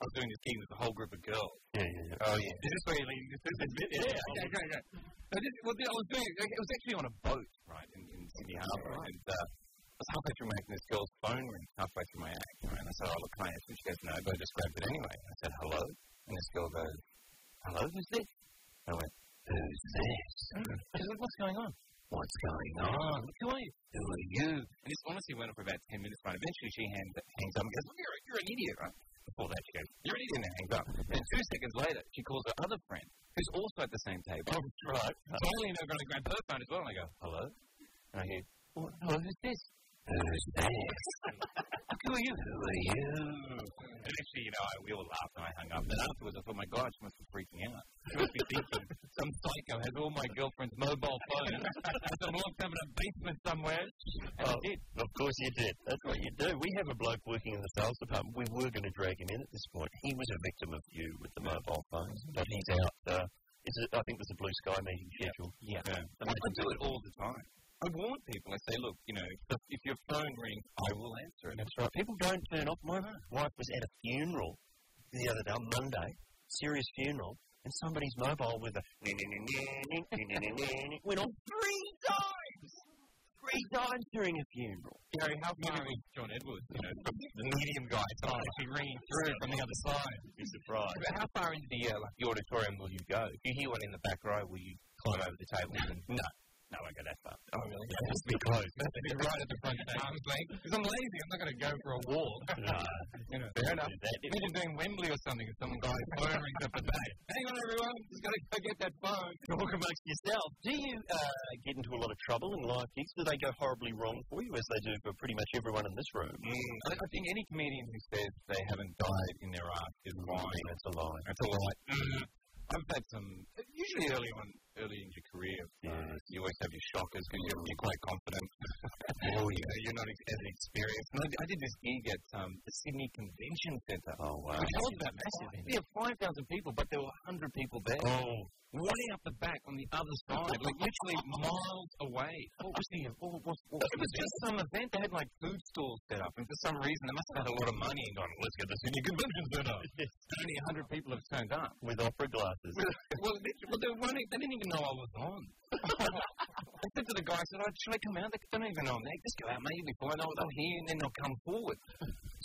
S3: I was doing this gig with a whole group of girls.
S1: Yeah, yeah, yeah.
S3: Oh yeah. Is this where you're leading this? This is it. Yeah. Okay, great, great. I did, well, I was doing it. It was actually on a boat, right, in, in Sydney Harbour, and uh, I was halfway through my act, and this girl's phone rang halfway through my act, right? And I said, "Oh, look, can I act?" And she goes, "No," but I just grabbed it anyway. And I said, "Hello," and this girl goes, "Hello, who's this?" I went, "Who's this?" She said, "What's going on?" What's going on? Who are you? Who are you? And this honestly went on for about 10 minutes, right? Eventually she hangs, hangs up and goes, "Look, you're, a- you're an idiot, right? Before that, she goes, You're an idiot, and hangs up. And two seconds later, she calls her other friend, who's also at the same table. Oh, right. So I lean over and I grab her phone as well, and I go, Hello? And I hear, "What- Hello, who's this? Who's this? (laughs) Who are you? Who are you? And actually, you know, I, we all laughed and I hung up. And afterwards, I thought, my God, she must be freaking out. She must be thinking, some psycho has all my girlfriend's mobile phone. and I'm locked up in a basement somewhere. And I
S1: Oh.
S3: did.
S1: Of course you did. That's what you do. We have a bloke working in the sales department. We were going to drag him in at this point. He was a victim of you with the mobile phones, but he's out. Uh, is it, I think there's a blue sky meeting scheduled.
S3: Yeah. I, I do it all the time. I warn people. I say, look, you know, if, if your phone rings, I will answer it.
S1: That's right. People don't turn off. My wife was at a funeral the other day on Monday, serious funeral, and somebody's mobile with a (laughs) went on three times, three times during a funeral.
S3: Gary, how far is John Edwards? You know, from the medium guy, so I'm actually ringing through from the other side.
S1: You're surprised.
S3: How far into the, uh, like, the auditorium will you go? If you hear one in the back row, will you climb over the table? And, no. No, I go that far. Oh, really? Yeah, that's be close. That's be right at the (laughs) front of the arms length. Because I'm lazy. I'm not going to go for a walk. (laughs)
S1: No,
S3: You know, fair enough.
S1: that, it,
S3: Imagine doing Wembley or something and some guy phone rings up the back. Hang on, everyone. Just got to go get that phone.
S1: talk amongst yourself. Do you uh, get into a lot of trouble in live gigs? Do they go horribly wrong for you, as they do for pretty much everyone in this room?
S3: I I think any comedian who says they haven't died in their art is lying.
S1: That's a lie.
S3: Mm. That's a lie. I've had some, usually early on, early in your career, uh, you you always have your shockers because you're, you're quite confident. oh, yeah. You're not ex- as experienced. And I, I did this gig at um, the Sydney Convention Centre.
S1: Oh, wow.
S3: Which was that massive. Yeah, 5,000 people, but there were 100 people there.
S1: Oh.
S3: Way up the back on the other side, like literally miles away. What was the, what, what, what it was just some event. They had like food stalls set up, and for some reason they must have had a lot of money and gone, let's get the Sydney Convention Centre. Only 100 people have turned up.
S1: With opera glasses.
S3: well, they, well, they, were running, they didn't even know I was on. I said to the guy, I said, oh, should I come out? They don't even know I'm there. Just go out, mate, you'll be fine. They'll, they'll hear, and then they'll come forward.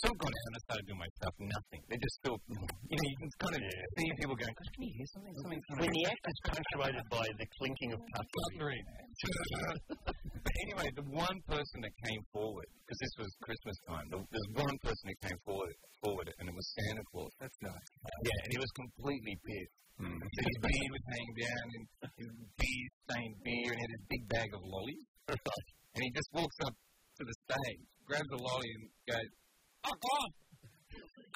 S3: So I've gone out and I started doing my stuff, nothing. They just feel, you know, you can kind of see people going, gosh, can you hear something? Something's coming
S1: When the (laughs) act is punctuated by the clinking of cutlery.
S3: Three. (laughs) but anyway, the one person that came forward, because this was Christmas time, the, there's one person that came forward, forward, and it was Santa Claus. That's nice. Yeah, and he was completely pissed. So his beard was hanging down, and his beer stained beer, and he had this big bag of lollies. And he just walks up to the stage, grabs a lolly, and goes, "Fuck off!"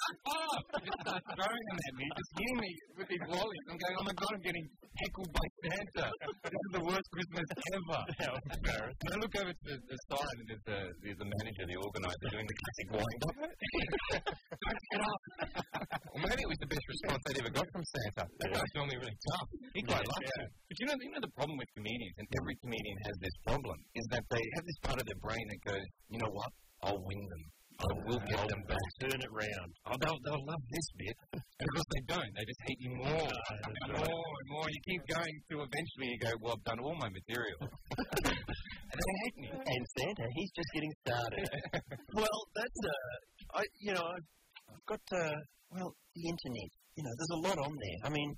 S3: Fuck off! And just starts throwing them at me, just hitting me with these lollies. I'm going, oh my god, I'm getting heckled by Santa. This is the worst Christmas ever.
S1: How embarrassing.
S3: And I look over to the, the side, and there's the, there's the manager, the organizer, doing the classic wind up. Don't get up. Well, maybe it was the best response they'd ever got from Santa. That guy's normally really tough. He quite
S1: Yeah,
S3: likes
S1: yeah.
S3: it. But you know, you know the problem with comedians, and every comedian has this problem, is that they have this part of their brain that goes, you know what? I'll win them. I will get them back.
S1: Turn it round.
S3: Oh, they'll, they'll love this bit. And of course, they don't. They just hate you more and more and more. You keep going to eventually you go, well, I've done all my
S1: (laughs)
S3: material. and they hate me.
S1: And Santa, he's just getting started. (laughs) well, that's, uh, I, you know, I've, I've got, uh, well, the internet. You know, there's a lot on there. I mean,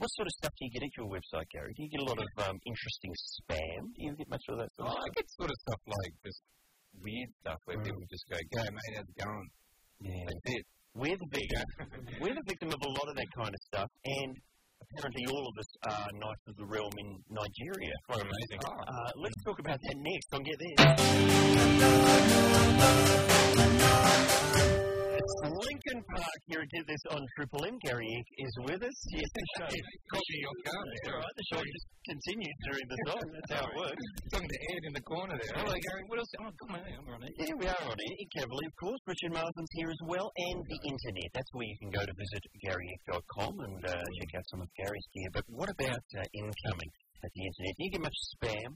S1: what sort of stuff do you get at your website, Gary? Do you get a lot of um, interesting spam? Do you get much of that sort of
S3: Oh, I
S1: stuff?
S3: get sort of stuff like just weird stuff where people just go, go, mate, how's it going?
S1: Yeah.
S3: That's it.
S1: We're the victim. (laughs) We're the victim of a lot of that kind of stuff, and apparently all of us are Knights of the Realm in Nigeria.
S3: Quite amazing.
S1: Uh, let's talk about that next on Get This. It's Lincoln Park here at Get This on Triple M. Gary Eck is with us. Yes, the show.
S3: (laughs) Copy your gun.
S1: All right, the show just continues during the song. That's how it works.
S3: Talking to Ed in the corner there. Oh, they're going, what else? Oh, come on, I'm on it.
S1: Yeah, we are on it. Cavalier, of course. Richard Marsden's here as well, and the internet. That's where you can go to visit GaryEck.com and uh, check out some of Gary's gear. But what about uh, incoming at the internet? Do you get much spam?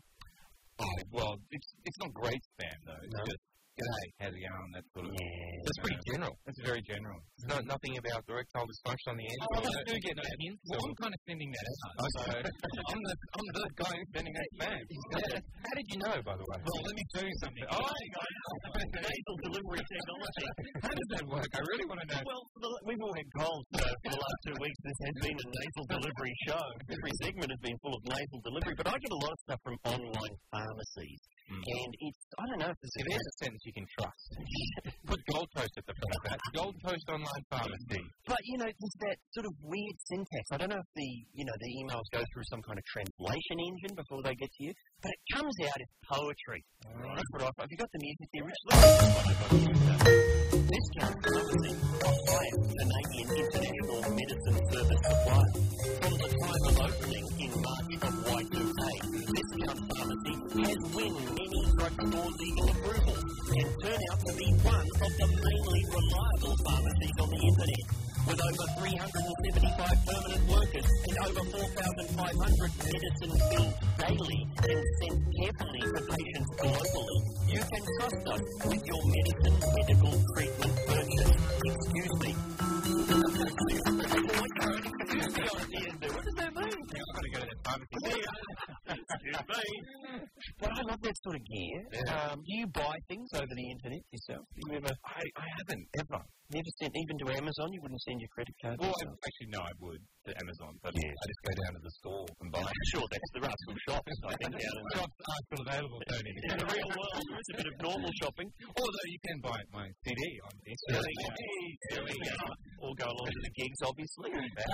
S3: Oh, well, it's, it's not great spam, though. It's
S1: No.
S3: just, g'day, how's it going? That sort of
S1: Yeah.
S3: That's pretty general. That's very general. There's no, nothing about erectile dysfunction on the end.
S1: Oh, I
S3: do get that hint. Well, I'm kind of sending that out. So (laughs) I'm the I'm the guy who's sending that (laughs) spam. How did you know, by the way? Well, let me do something. Oh,
S1: Nasal delivery technology.
S3: how does that work? I really want to know.
S1: Well, for the, we've all had colds so for the last two weeks. This has been a nasal delivery show. Every segment has been full of nasal delivery, but I get a lot of stuff from online pharmacies. And it's, I don't know if it's
S3: It is a sentence you can trust. Put gold toast at the front of that. Gold toast online pharmacy.
S1: But you know, there's that sort of weird syntax. I don't know if the you know the emails go through some kind of translation engine before they get to you, but it comes out as poetry. That's what I thought. Have you got the music there, Rich? This comes from the Ohio Canadian International Medicine Service Supply. From the time of opening in March of Y2K, Discount Pharmacy has won many drugstore legal approval and turn out to be one of the mainly reliable pharmacies on the internet. With over 375 permanent workers and over 4,500 medicines filled daily and sent carefully to patients globally, you can trust us with your medicine medical treatment purchase. Excuse me. what does that mean?
S3: Yeah, I've got to go to that pharmacy.
S1: But I love that sort of gear. Um, do you buy things over the internet yourself? Do you ever,
S3: I, I haven't ever.
S1: never sent even to Amazon? You wouldn't send your credit card?
S3: Well, I,
S1: yourself?
S3: actually, no, I would to Amazon, but
S1: Yeah.
S3: I just go down to the store and buy.
S1: I'm sure that's the rascal shops. I
S3: (laughs)
S1: think out in
S3: Shops are still available, Tony.
S1: (laughs) in the real world, it's a bit of normal shopping.
S3: Although you can buy my CD on Instagram.
S1: There we go. All go along to the gigs, obviously.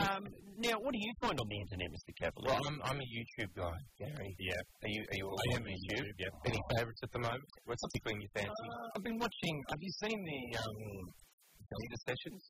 S1: Um, now, what do you find on the internet, Mr. Cavalier?
S3: Well, I'm, I'm a YouTube guy, Gary. Yeah. Are you? Are you? I am YouTube. Yeah. Any favourites at the moment? What's tickling your fancy? I've been watching. Have you seen the um, Vader sessions?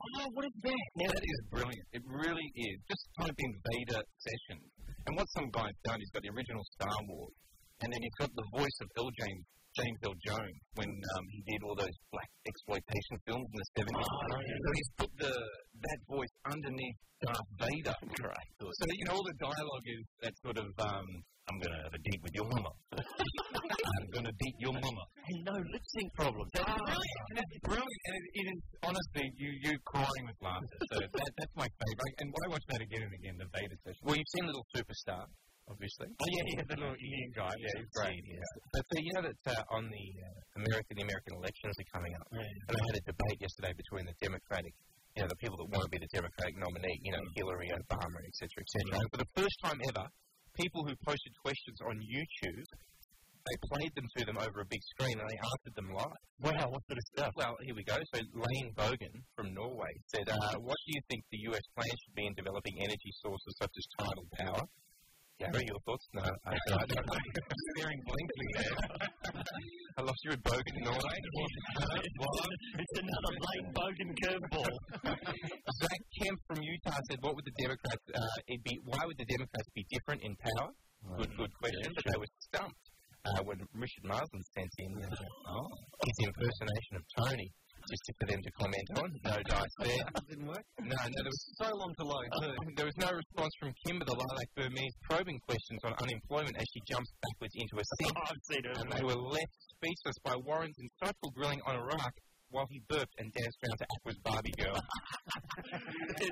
S3: Oh, what is that? Yeah, that is brilliant. It really is. Just type in Vader sessions, And what some guy's done, he's got the original Star Wars, and then he's got the voice of L. James, James L. Jones when um, he did all those black exploitation films in the 70s. So he's put the, that voice underneath Darth Vader.
S1: Right.
S3: So, you know, all the dialogue is that sort of, um, I'm going to have a date with your mama. (laughs) I'm going to beat your mama.
S1: Hey, no lip sync problems. That's
S3: brilliant. (laughs) And it's brilliant. And it, it is, honestly, you, you crying with laughter. So that, that's my favourite. And I watch that again and again, the Vader session. Well, you've seen Little Superstar, obviously.
S1: Oh, yeah, yeah, the little Indian guy.
S3: Yeah, he's great. Yeah. But so you know that uh, on the uh, America, the American elections are coming up. And I had a debate yesterday between the Democratic, you know, the people that want to be the Democratic nominee, you
S1: Mm.
S3: know, Hillary, Obama, et cetera, et cetera. And for the first time ever, people who posted questions on YouTube, they played them to them over a big screen and they answered them live.
S1: Wow, what sort of stuff?
S3: Well, here we go. So Lane Bogan from Norway said, uh, what do you think the US plan should be in developing energy sources such as tidal power? Gary, your thoughts? No, I don't I don't know. Staring blankly there. (laughs) I lost you with Bogan Norway.
S1: it's another Lane Bogan curveball.
S3: (laughs) Zach Kemp from Utah said, "What would the Democrats? Uh, it'd be why would the Democrats be different in power? Good, good question. but they were stumped uh, when Richard Marsden sent in oh, his impersonation of Tony." Just for them to comment on. No dice there.
S1: Didn't work.
S3: No, no, there was
S1: So long to load.
S3: (laughs) uh, there was no response from Kimber, the lilac Burmese, probing questions on unemployment as she jumps backwards into a (laughs) seat.
S1: I've seen it.
S3: and they were left speechless by Warren's insightful grilling on Iraq while he burped and danced round to Aqua's Barbie (laughs) Girl.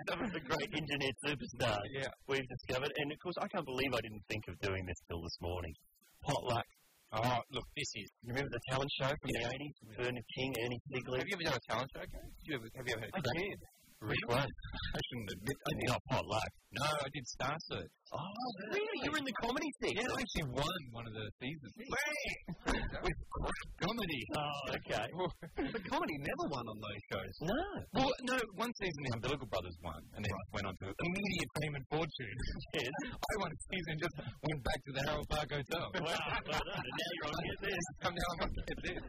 S1: That was a great internet superstar
S3: yeah.
S1: we've discovered. And of course, I can't believe I didn't think of doing this till this morning. Potluck.
S3: Oh, look, this is.
S1: You remember the talent show from the 80s? Vernon King, Ernie Ziegler.
S3: Have you ever done a talent show, Gary? Did you ever, have you ever had a
S1: I
S3: crack?
S1: did.
S3: Which one? I shouldn't admit. I did not potluck. No, I did Star Search.
S1: Oh, really? You were in the comedy thing?
S3: Yeah, I actually won one of the seasons. (laughs) With crap comedy.
S1: Oh, okay.
S3: the comedy never won on those shows.
S1: No.
S3: Well, no, one season the Umbilical Brothers won, and then went on to immediate fame and fortune. (laughs)
S1: Yes.
S3: I won a season, just went back to the Harold Park Hotel.
S1: Wow. well done. And now you're
S3: (laughs)
S1: on Get This.
S3: I'm now I'm at this.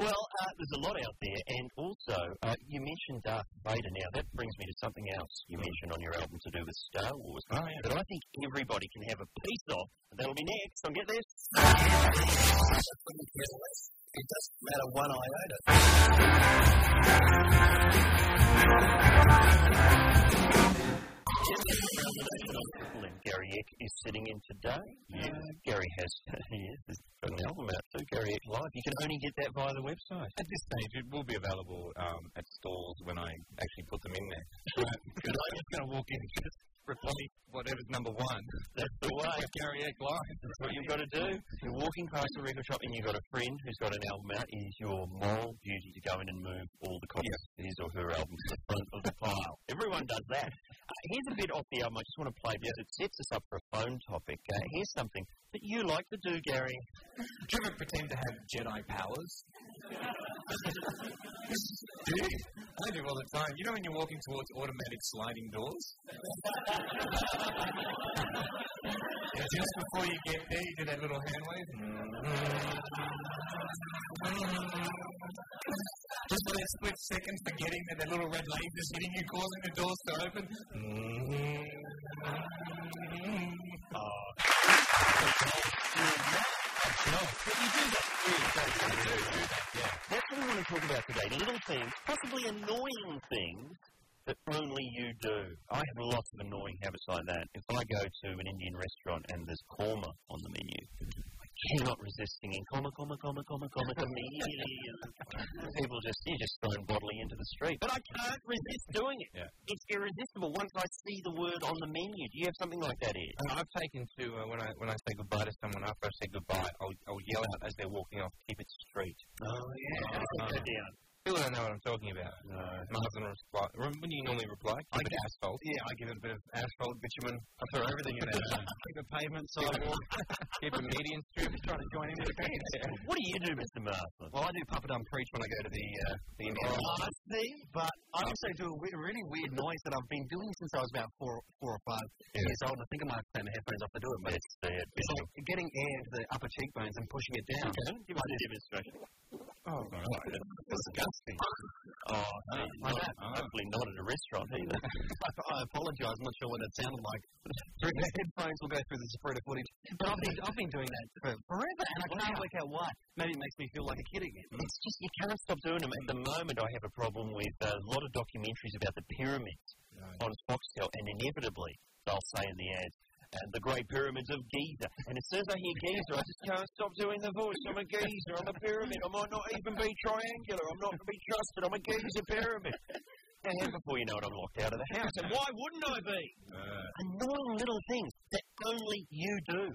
S1: Well, uh, there's a lot out there, and also uh, you mentioned Darth Vader. Now that brings me to something else you mentioned on your album to do with Star Wars.
S3: Oh, yeah.
S1: But I think everybody can have a piece of. And that'll be next. on get this.
S4: It doesn't matter one iota.
S1: And Gary Eck is sitting in today. Yeah. Gary has. (laughs) yes, he's got an album out too. Gary Eck Live. You can only get that via the website.
S3: At this stage, it will be available um, at stores when I actually put them in there.
S1: (laughs)
S3: Because I'm just going to walk in and just replace whatever's number one.
S1: That's the way.
S3: Gary Egg Live.
S1: That's what you've got to do. You're walking past a record shop and you've got a friend who's got an album out. It is your moral duty to go in and move all the copies of his or her album to the front of the pile. Everyone does that. Uh, here's a bit off the album I just want to play because it sets us up for a phone topic. Uh, here's something that you like to do, Gary.
S4: Do you ever pretend to have Jedi powers? do you? I do all the time. You know when you're walking towards automatic sliding doors? and just before you get there, you do that little hand wave. Just for that split second, forgetting that that little red laser's hitting you, causing the doors to open.
S1: That's what we want to talk about today. Little things, possibly annoying things that only you do. I have lots of annoying habits like that. If I go to an Indian restaurant and there's korma on the menu, I cannot resist singing korma, korma, korma, korma, korma (laughs) to me. People just, you're just thrown bodily into the street. But I can't resist doing it. It's irresistible once I see the word on the menu. Do you have something like that, Ed?
S3: Uh, I've taken to uh, when I when I say goodbye to someone after I say goodbye, I'll, I'll yell out as they're walking off, "Keep it straight." Uh,
S1: Oh, yeah. down.
S3: People don't know what I'm talking about. No. Martin reply. rem- When do you normally reply? Keep it asphalt.
S1: Yeah, I give it a bit of asphalt, bitumen. I throw everything in
S3: (laughs) Keep it pavement sidewalk. (laughs) Keep it median strip. Trying to join in (laughs) with the kids.
S1: What do you do, Mr. Marston?
S3: Well, I do puppet on preach when I go to the uh, the Indian.
S1: I see, but
S19: I also do a we- really weird noise that I've been doing since I was about four, four or five years old. I think I might have taken the headphones off to do it, but
S1: it's there.
S19: it's like getting air into the upper cheekbones and pushing it down. (laughs)
S1: Give us a demonstration.
S3: Oh,
S1: That's disgusting. Oh, no,
S2: like
S1: not-
S2: that.
S1: hopefully not at a restaurant
S19: (laughs)
S1: either.
S2: I apologise. I'm not sure what it sounded like. Through the headphones, we'll go through the spread of footage. But I've been, I've been doing that for forever, and I
S3: Oh,
S2: can't work out why. Maybe it makes me feel like a kid again.
S1: It's just you can't stop doing them. At the moment, I have a problem with uh, a lot of documentaries about the pyramids on Foxtel, and inevitably they'll say in the ad, uh, "The Great Pyramids of Giza." And as soon as I hear Giza, I just can't stop doing the voice. I'm a Giza. I'm a pyramid. I might not even be triangular. I'm not to be trusted. I'm a Giza pyramid. And before you know it, I'm locked out of the house. And why wouldn't I be? Annoying little things that only you do.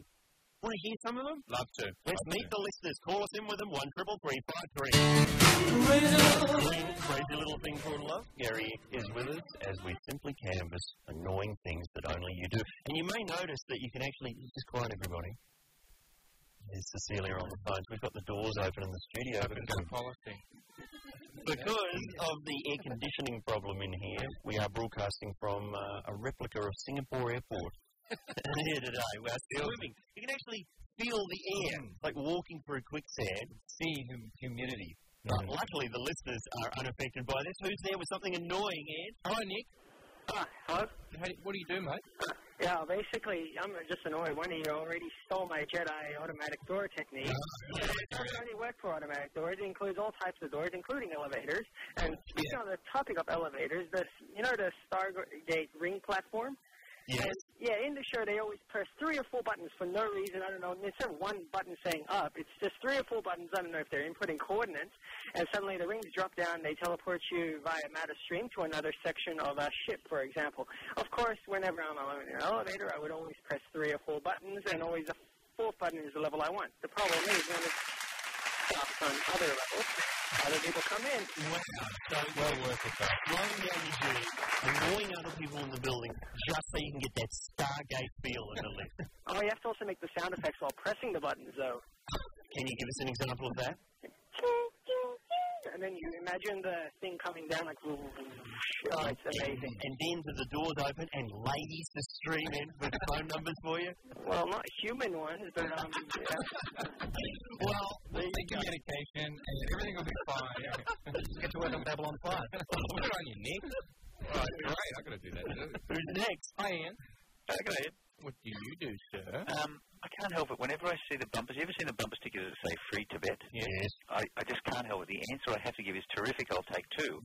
S1: Want to hear some of them?
S3: Love to.
S1: Let's meet the listeners. Call us in with them. One triple three five three. Crazy little thing called love. Gary is with us as we simply canvas annoying things that only you do. And you may notice that you can actually just quiet everybody. There's Cecilia on the phone. We've got the doors open in the studio because,
S3: policy.
S1: because of the air conditioning problem in here. We are broadcasting from uh, a replica of Singapore Airport. here today, we are swimming. You can actually feel the air, like walking through quicksand.
S2: See hum- humidity.
S1: But luckily, the listeners are unaffected by this. Who's there with something annoying, Ed?
S2: Hello, Nick.
S13: Hello?
S2: Hey, what do you do, mate?
S13: Yeah, basically, I'm just annoyed. One of you already stole my Jedi automatic door technique. I already work for automatic doors. It includes all types of doors, including elevators. And speaking on the topic of elevators, the you know the Stargate ring platform.
S1: Yes.
S13: And, yeah, in the show they always press three or four buttons for no reason. I don't know. Instead of one button saying up, it's just three or four buttons. I don't know if they're inputting coordinates. And suddenly the rings drop down. They teleport you via matter stream to another section of a ship, for example. Of course, whenever I'm alone in an elevator, I would always press three or four buttons, and always the fourth button is the level I want. The problem is when it stops on other levels, other people come in.
S1: Don't well worth it, though. Lying down the jury, annoying other people in the building just so you can get that Stargate feel in the (laughs) lift.
S13: Oh, you have to also make the sound effects while pressing the buttons, though.
S1: Can you give us an example of that?
S13: And then you imagine the thing coming down like. Oh, it's amazing.
S1: And then the the doors open and ladies just stream in with phone numbers for you.
S13: Well, not human ones, but um. Yeah.
S2: Well, take your medication and everything will be fine. Get to work on Babylon 5. Put it on your neck.
S3: Right, great. I've got to do that too.
S1: Who's next?
S2: Hi, Ian.
S3: What do you do, sir?
S14: Um, I can't help it. Whenever I see the bumpers, you ever seen the bumper stickers that say "Free Tibet"?
S1: Yes.
S14: I, I just can't help it. The answer I have to give is terrific. I'll take two.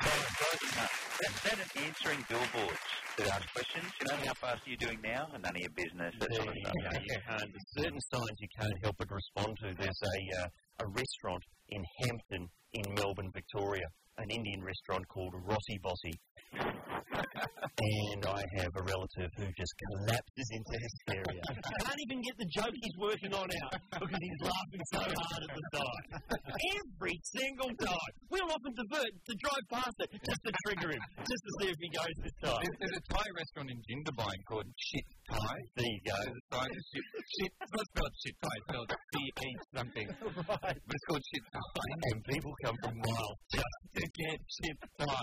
S14: That, that and answering billboards that ask questions. You know, how fast are you doing now? And none of your business. That sort of stuff.
S1: Yeah, you can't. There's certain signs you can't help but respond to. There's a uh, a restaurant in Hampton in Melbourne, Victoria, an Indian restaurant called Rossi Bossy. and I have a relative who just collapses into hysteria. can't even get the joke he's working on out because he's laughing so hard at the time. Every single time. We'll often divert to drive past it just to trigger him, just to see if he goes this time.
S2: There's, there's a Thai restaurant in Jindabyne called Shit Thai.
S1: There you go.
S2: There's a Thai, shit, shit, it's not spelled Shit Thai, it's spelled C-E something. Right. But it's called Shit Thai.
S1: And people come from miles
S2: just to get Shit Thai.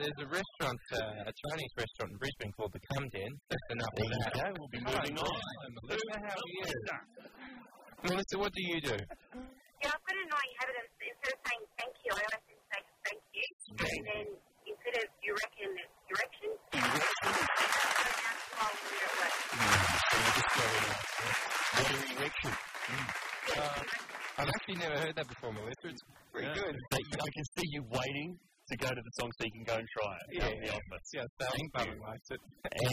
S3: There's a restaurant, uh, a Chinese restaurant in Brisbane called the Cum Den. That's enough of that.
S1: Okay, we'll be moving on.
S3: Melissa, what do you do?
S20: Yeah, I've got an annoying habit of instead of saying thank you, I always say thank you. And then instead of you reckon, it's direction. Oh,
S3: Uh, I've actually never heard that before, Melissa. It's pretty good.
S1: But you- I can see you waiting to go to the song so you can go and try it out in the office.
S3: Yeah, thank you.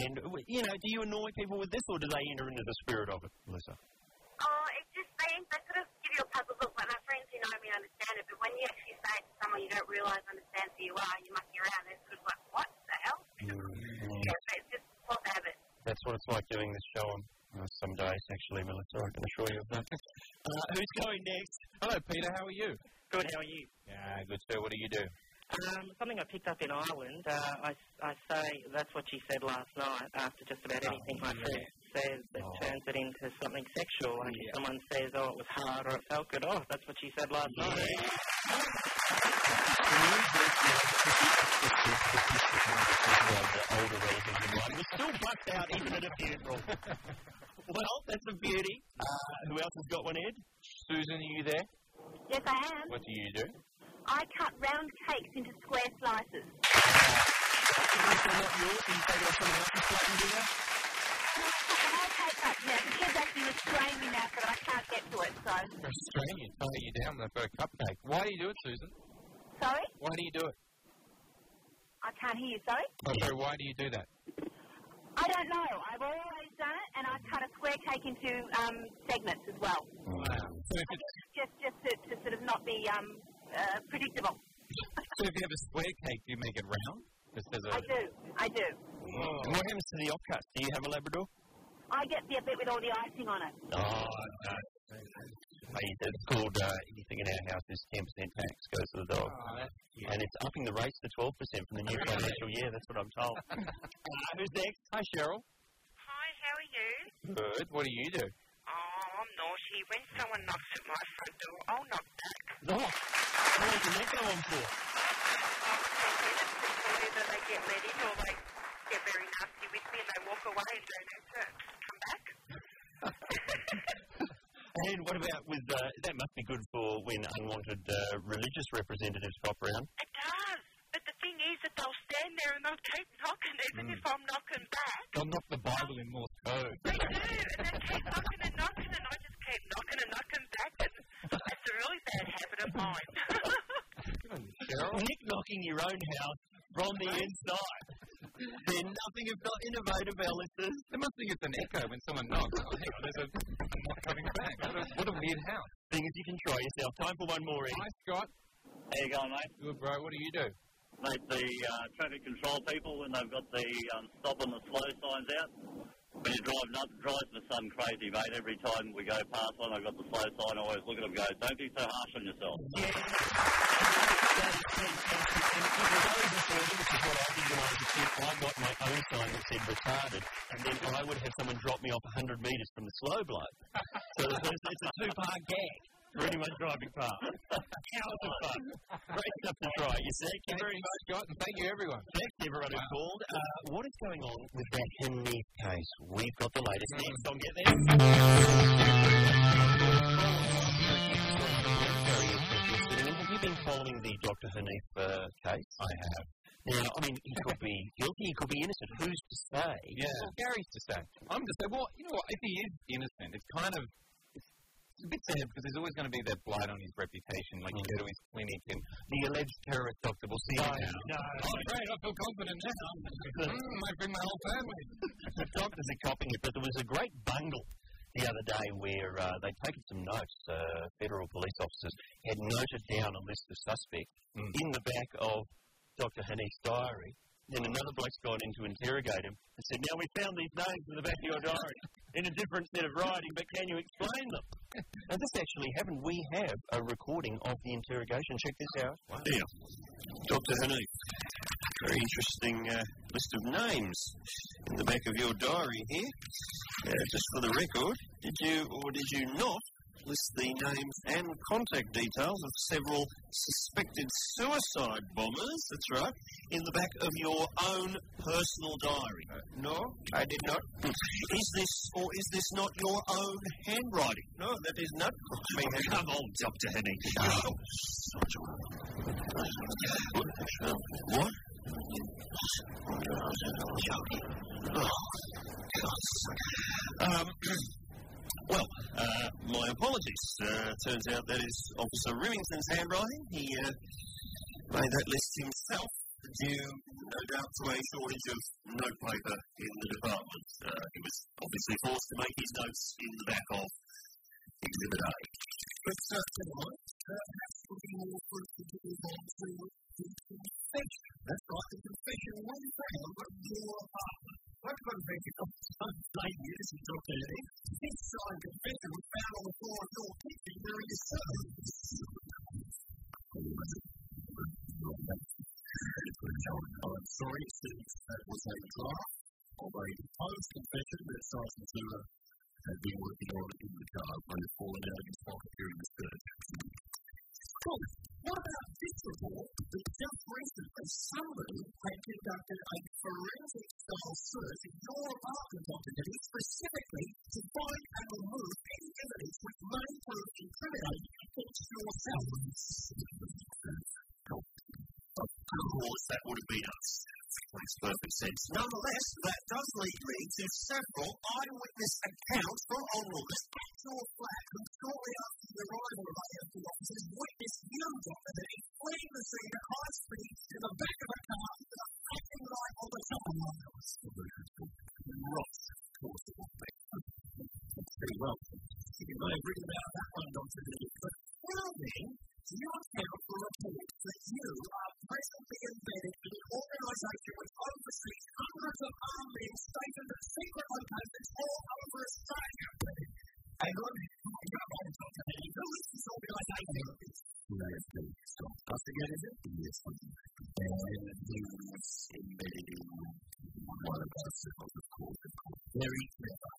S1: And, w- you know, do you annoy people with this or do they enter into the spirit of it, Melissa?
S20: Oh, it's just they, they sort of give you a puzzled look. Like my friends who know me understand it, but when you actually say it to someone you don't realise understands who you are, you muck you around. They're sort of like, what the hell? Yeah, but it's just what the habit.
S1: That's what it's like doing this show on uh, some days, actually, Melissa. I can assure you of that. (laughs) uh, who's going next?
S3: Hello, Peter. How are you?
S21: Good, how are you?
S3: Yeah, good, sir. What do you do?
S21: Um, something I picked up in Ireland, uh, I, I say that's what she said last night after just about anything my friend says that turns it into something sexual. Like if someone says, oh, it was hard or it felt good, oh, that's what she said last night.
S1: older relatives of mine. We're still bucked out even at a
S3: (laughs)
S1: funeral. well, that's a beauty. Uh, who else has got one, Ed?
S3: Susan, are you there?
S20: Yes, I am.
S3: What do you do?
S20: I cut round cakes into square slices. I take up, yeah, the kids actually were spraying me now, but I can't get to it, so.
S3: You're Australian, tie you down with a bit of cupcake. Why do you do it, Susan?
S20: Sorry?
S3: Why do you do it?
S20: I can't hear you, sorry?
S3: Oh, sorry, why do you do that?
S20: I don't know. I've always done it, and I cut a square cake into um, segments as well.
S3: Wow. So if, it's,
S20: Just just to, to sort of not be um, uh, predictable.
S3: so if you have a square cake, do you make it round? Just as a,
S20: I do, I do.
S1: And what happens to the offcut? Do you have a Labrador?
S20: I get the bit with all the icing on it.
S1: Oh, no. Mate, It's called uh, anything in our house is 10% tax goes to the dog.
S3: Oh,
S1: And it's upping the rates to 12% from the new financial year. That's what I'm told.
S3: (laughs)
S1: uh, who's next? Hi, Cheryl.
S22: Hi, how are you?
S3: Good. What do you do?
S22: Oh, I'm naughty. When someone knocks at my front door, I'll knock back.
S1: No. What did that go on for?
S22: So either they get let in or they get very nasty with me and they walk away and they don't turn- come back.
S1: And what about with uh, that? Must be good for when unwanted uh, religious representatives pop around.
S22: It does. But the thing is that they'll stand there and they'll keep knocking even if I'm knocking back.
S3: They'll knock the Bible in Morse code.
S22: They do. And they keep knocking and knocking and I just keep knocking and knocking back. And it's a really bad habit of mine.
S1: Nick knocking your own house from the inside. They're nothing if not innovative, Alice's.
S3: They must think it's an echo when someone knocks. Oh, hang on, there's a I'm not coming back. What a, what a weird house.
S1: Thing is, you can try yourself. Time for one more. Ian.
S3: Hi, Scott.
S23: How you going, mate?
S3: Good, bro. What do you do?
S23: Mate, the uh, traffic control people, when they've got the um, stop and the slow signs out, when you drive up, drives the sun crazy, mate. Every time we go past one, I've got the slow sign, I always look at them and go, don't be so harsh on yourself.
S1: I got my own sign that said retarded, and then I would have someone drop me off 100 metres from the slow blow. so it's, it's a two-part gag for anyone driving past. Hours of fun. Great stuff to try, you see.
S3: Thank you very much, Scott, and thank you, everyone.
S1: Thanks to everyone who called. Uh, what is going on with that Henley case? We've got the latest.
S3: Hmm.
S1: Next song, get there. Very interesting. Cinnamon, Have you been following the Dr. Hanif uh, case? I have. Now, I mean, he could be guilty, he could be innocent. Who's to say?
S3: Yeah. Well, Gary's to say. I'm to say, well, you know what? If he is innocent, it's kind of it's a bit sad because there's always going to be that blight on his reputation. Like you
S1: Hmm.
S3: go to his clinic and the alleged terrorist doctor will see you now.
S1: No,
S3: Oh, great! I feel confident now. mm, I bring my whole family.
S1: the doctors are copying it, but there was a great bungle the other day where uh, they'd taken some notes. Uh, federal police officers had noted down a list of suspects in the back of Dr. Hanif's diary. Then another bloke's gone in to interrogate him and said, Now we found these names in the back of your diary in a different set of writing, but can you explain them? Now, this actually happened. We have a recording of the interrogation. Check this out. Yeah. Dr. Hanif. Very interesting uh, list of names in the back of your diary here. Uh, just for the record, did you or did you not list the names and contact details of several suspected suicide bombers? That's right, in the back of your own personal diary. Uh, No, I did not. Is this or is this not your own handwriting? No, that is (laughs) not. Come on, Doctor Henny. (laughs) What? Um, (clears throat) well, uh, my apologies. Uh, turns out that is Officer Remington's handwriting. He uh, made that list himself due no doubt to a shortage of notepaper in the department. Uh, he was obviously forced to make his notes in the back of Exhibit A. But uh, never mind. Perhaps it would be more fruitful to move on to the confession. That's right, the confession. What is that? What is your apartment? I've got to make it up to some lady, this is Dr. Lee. This side confession was found on the floor of your kitchen during your service. I'm sorry, since that was a draft of a proposed confession that Sergeant Zuma had been working on in the car when it fallen out of his pocket during the search. What about this report that just recently somebody had conducted a
S24: forensic style search of your apartment property specifically to find and remove any evidence which may prove incriminating against yourself.
S1: Of course, that would have been us. Makes perfect sense.
S24: Nonetheless, that does lead me to several eyewitness accounts from onlookers at your flat who shortly after the arrival of AFD officers witnessed you, Doctor, that he fleeing the scene at high speed to the back of a car with a flashing light on the top of it.
S1: Right, of course it would be. Pretty well. You may have written about that one, Dr. Lee, but
S24: Well then, you account for reports that you are presently embedded in an organisation which oversees hundreds of armed men stationed at secret locations all over Australia. And on your own Dr. Lee, who is this organisation?
S1: AFD style investigator, is it? Yes. And he was embedded in one of those circles, of course, of course. Very clever.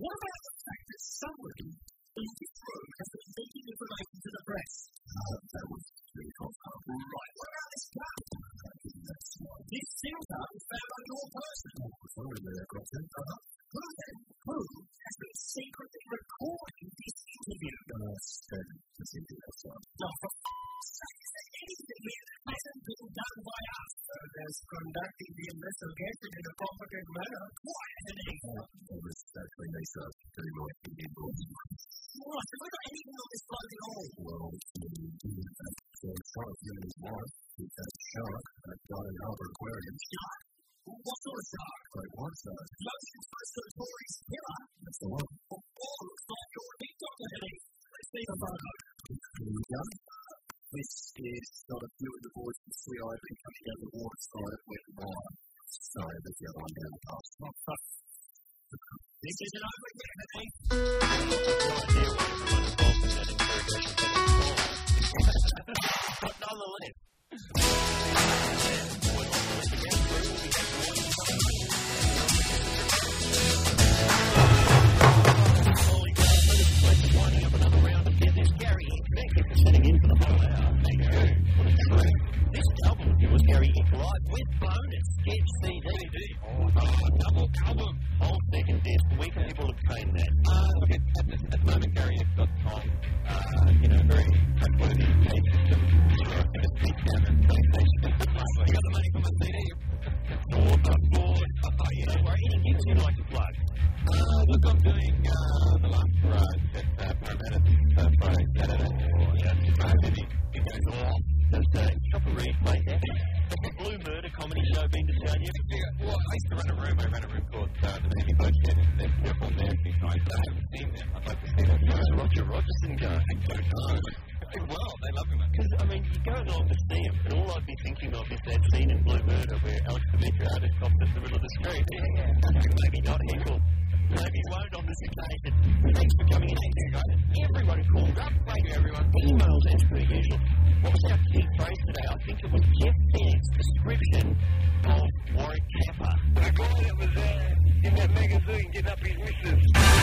S24: What about the fact that somebody in this room has been leaking information to the press?
S1: That was very comfortable.
S24: Right, what about this car? This filter was found on your person.
S1: Sorry, there, Doctor.
S24: Who then? Who has been secretly recording this interview?
S1: Uh, Stern, the city outside.
S24: Now, for f***'s sake, is there anything here that hasn't been done by us? As conducting the investigation in a competent manner, quite an effort.
S1: That was actually nice of you to write the invoice.
S24: Right, have we got anything on this bloke at all?
S1: Well, the shark and his wife, with that shark that got an Albert Aquarium.
S24: Shark? What sort of shark?
S1: Like what size?
S24: Motion for Sertori's killer?
S1: That's the one.
S24: Or all looks like your big Dr. Henning. Let's see the photo.
S1: Here we go. This is not a few of the boys from CIB coming down the water side of went wide. Sorry, there's the other one down the past.
S24: This is an ugly bit of a
S1: But nonetheless,
S24: This album of yours, Gary, is live with bonus sketch CD.
S1: Oh, double album. Whole second disc. Where can people obtain that?
S3: Uh, look, at, at, the- at the moment, Gary, it's got time. Uh, you know, very trustworthy page system. You know, I just sit down and play station. You got the money from a CD? Board, uh, board. Oh, you know, any gigs you'd like to plug? Uh, look, I'm doing uh, the last garage at uh, Parramatta this uh, Friday, Saturday. Oh, yeah. Uh, maybe it goes a lot. Does uh, Chopper Reed play that? Blue Murder Comedy Show been to Australia? Yeah, well, I used to run a room. I ran a room called uh, the Navy Boatshed, and they're beautiful and they're big nice. I haven't seen them. I'd like to see them. How's Roger Rogerson going? I don't know. well, they love him.
S1: Because, I mean, you go along to see him, and all I'd be thinking of is that scene in Blue Murder where Alex Dimitriadis stops at the middle of the screen. Maybe not Henkel. Maybe won't on this occasion. Thanks for coming in. Thanks, guys. Everybody called up. Thank you, everyone. Emails as per usual. What was our key phrase today? I think it was Jeff Bennett's description of Warwick Kappa.
S24: I called it was uh, in that magazine getting up his missus.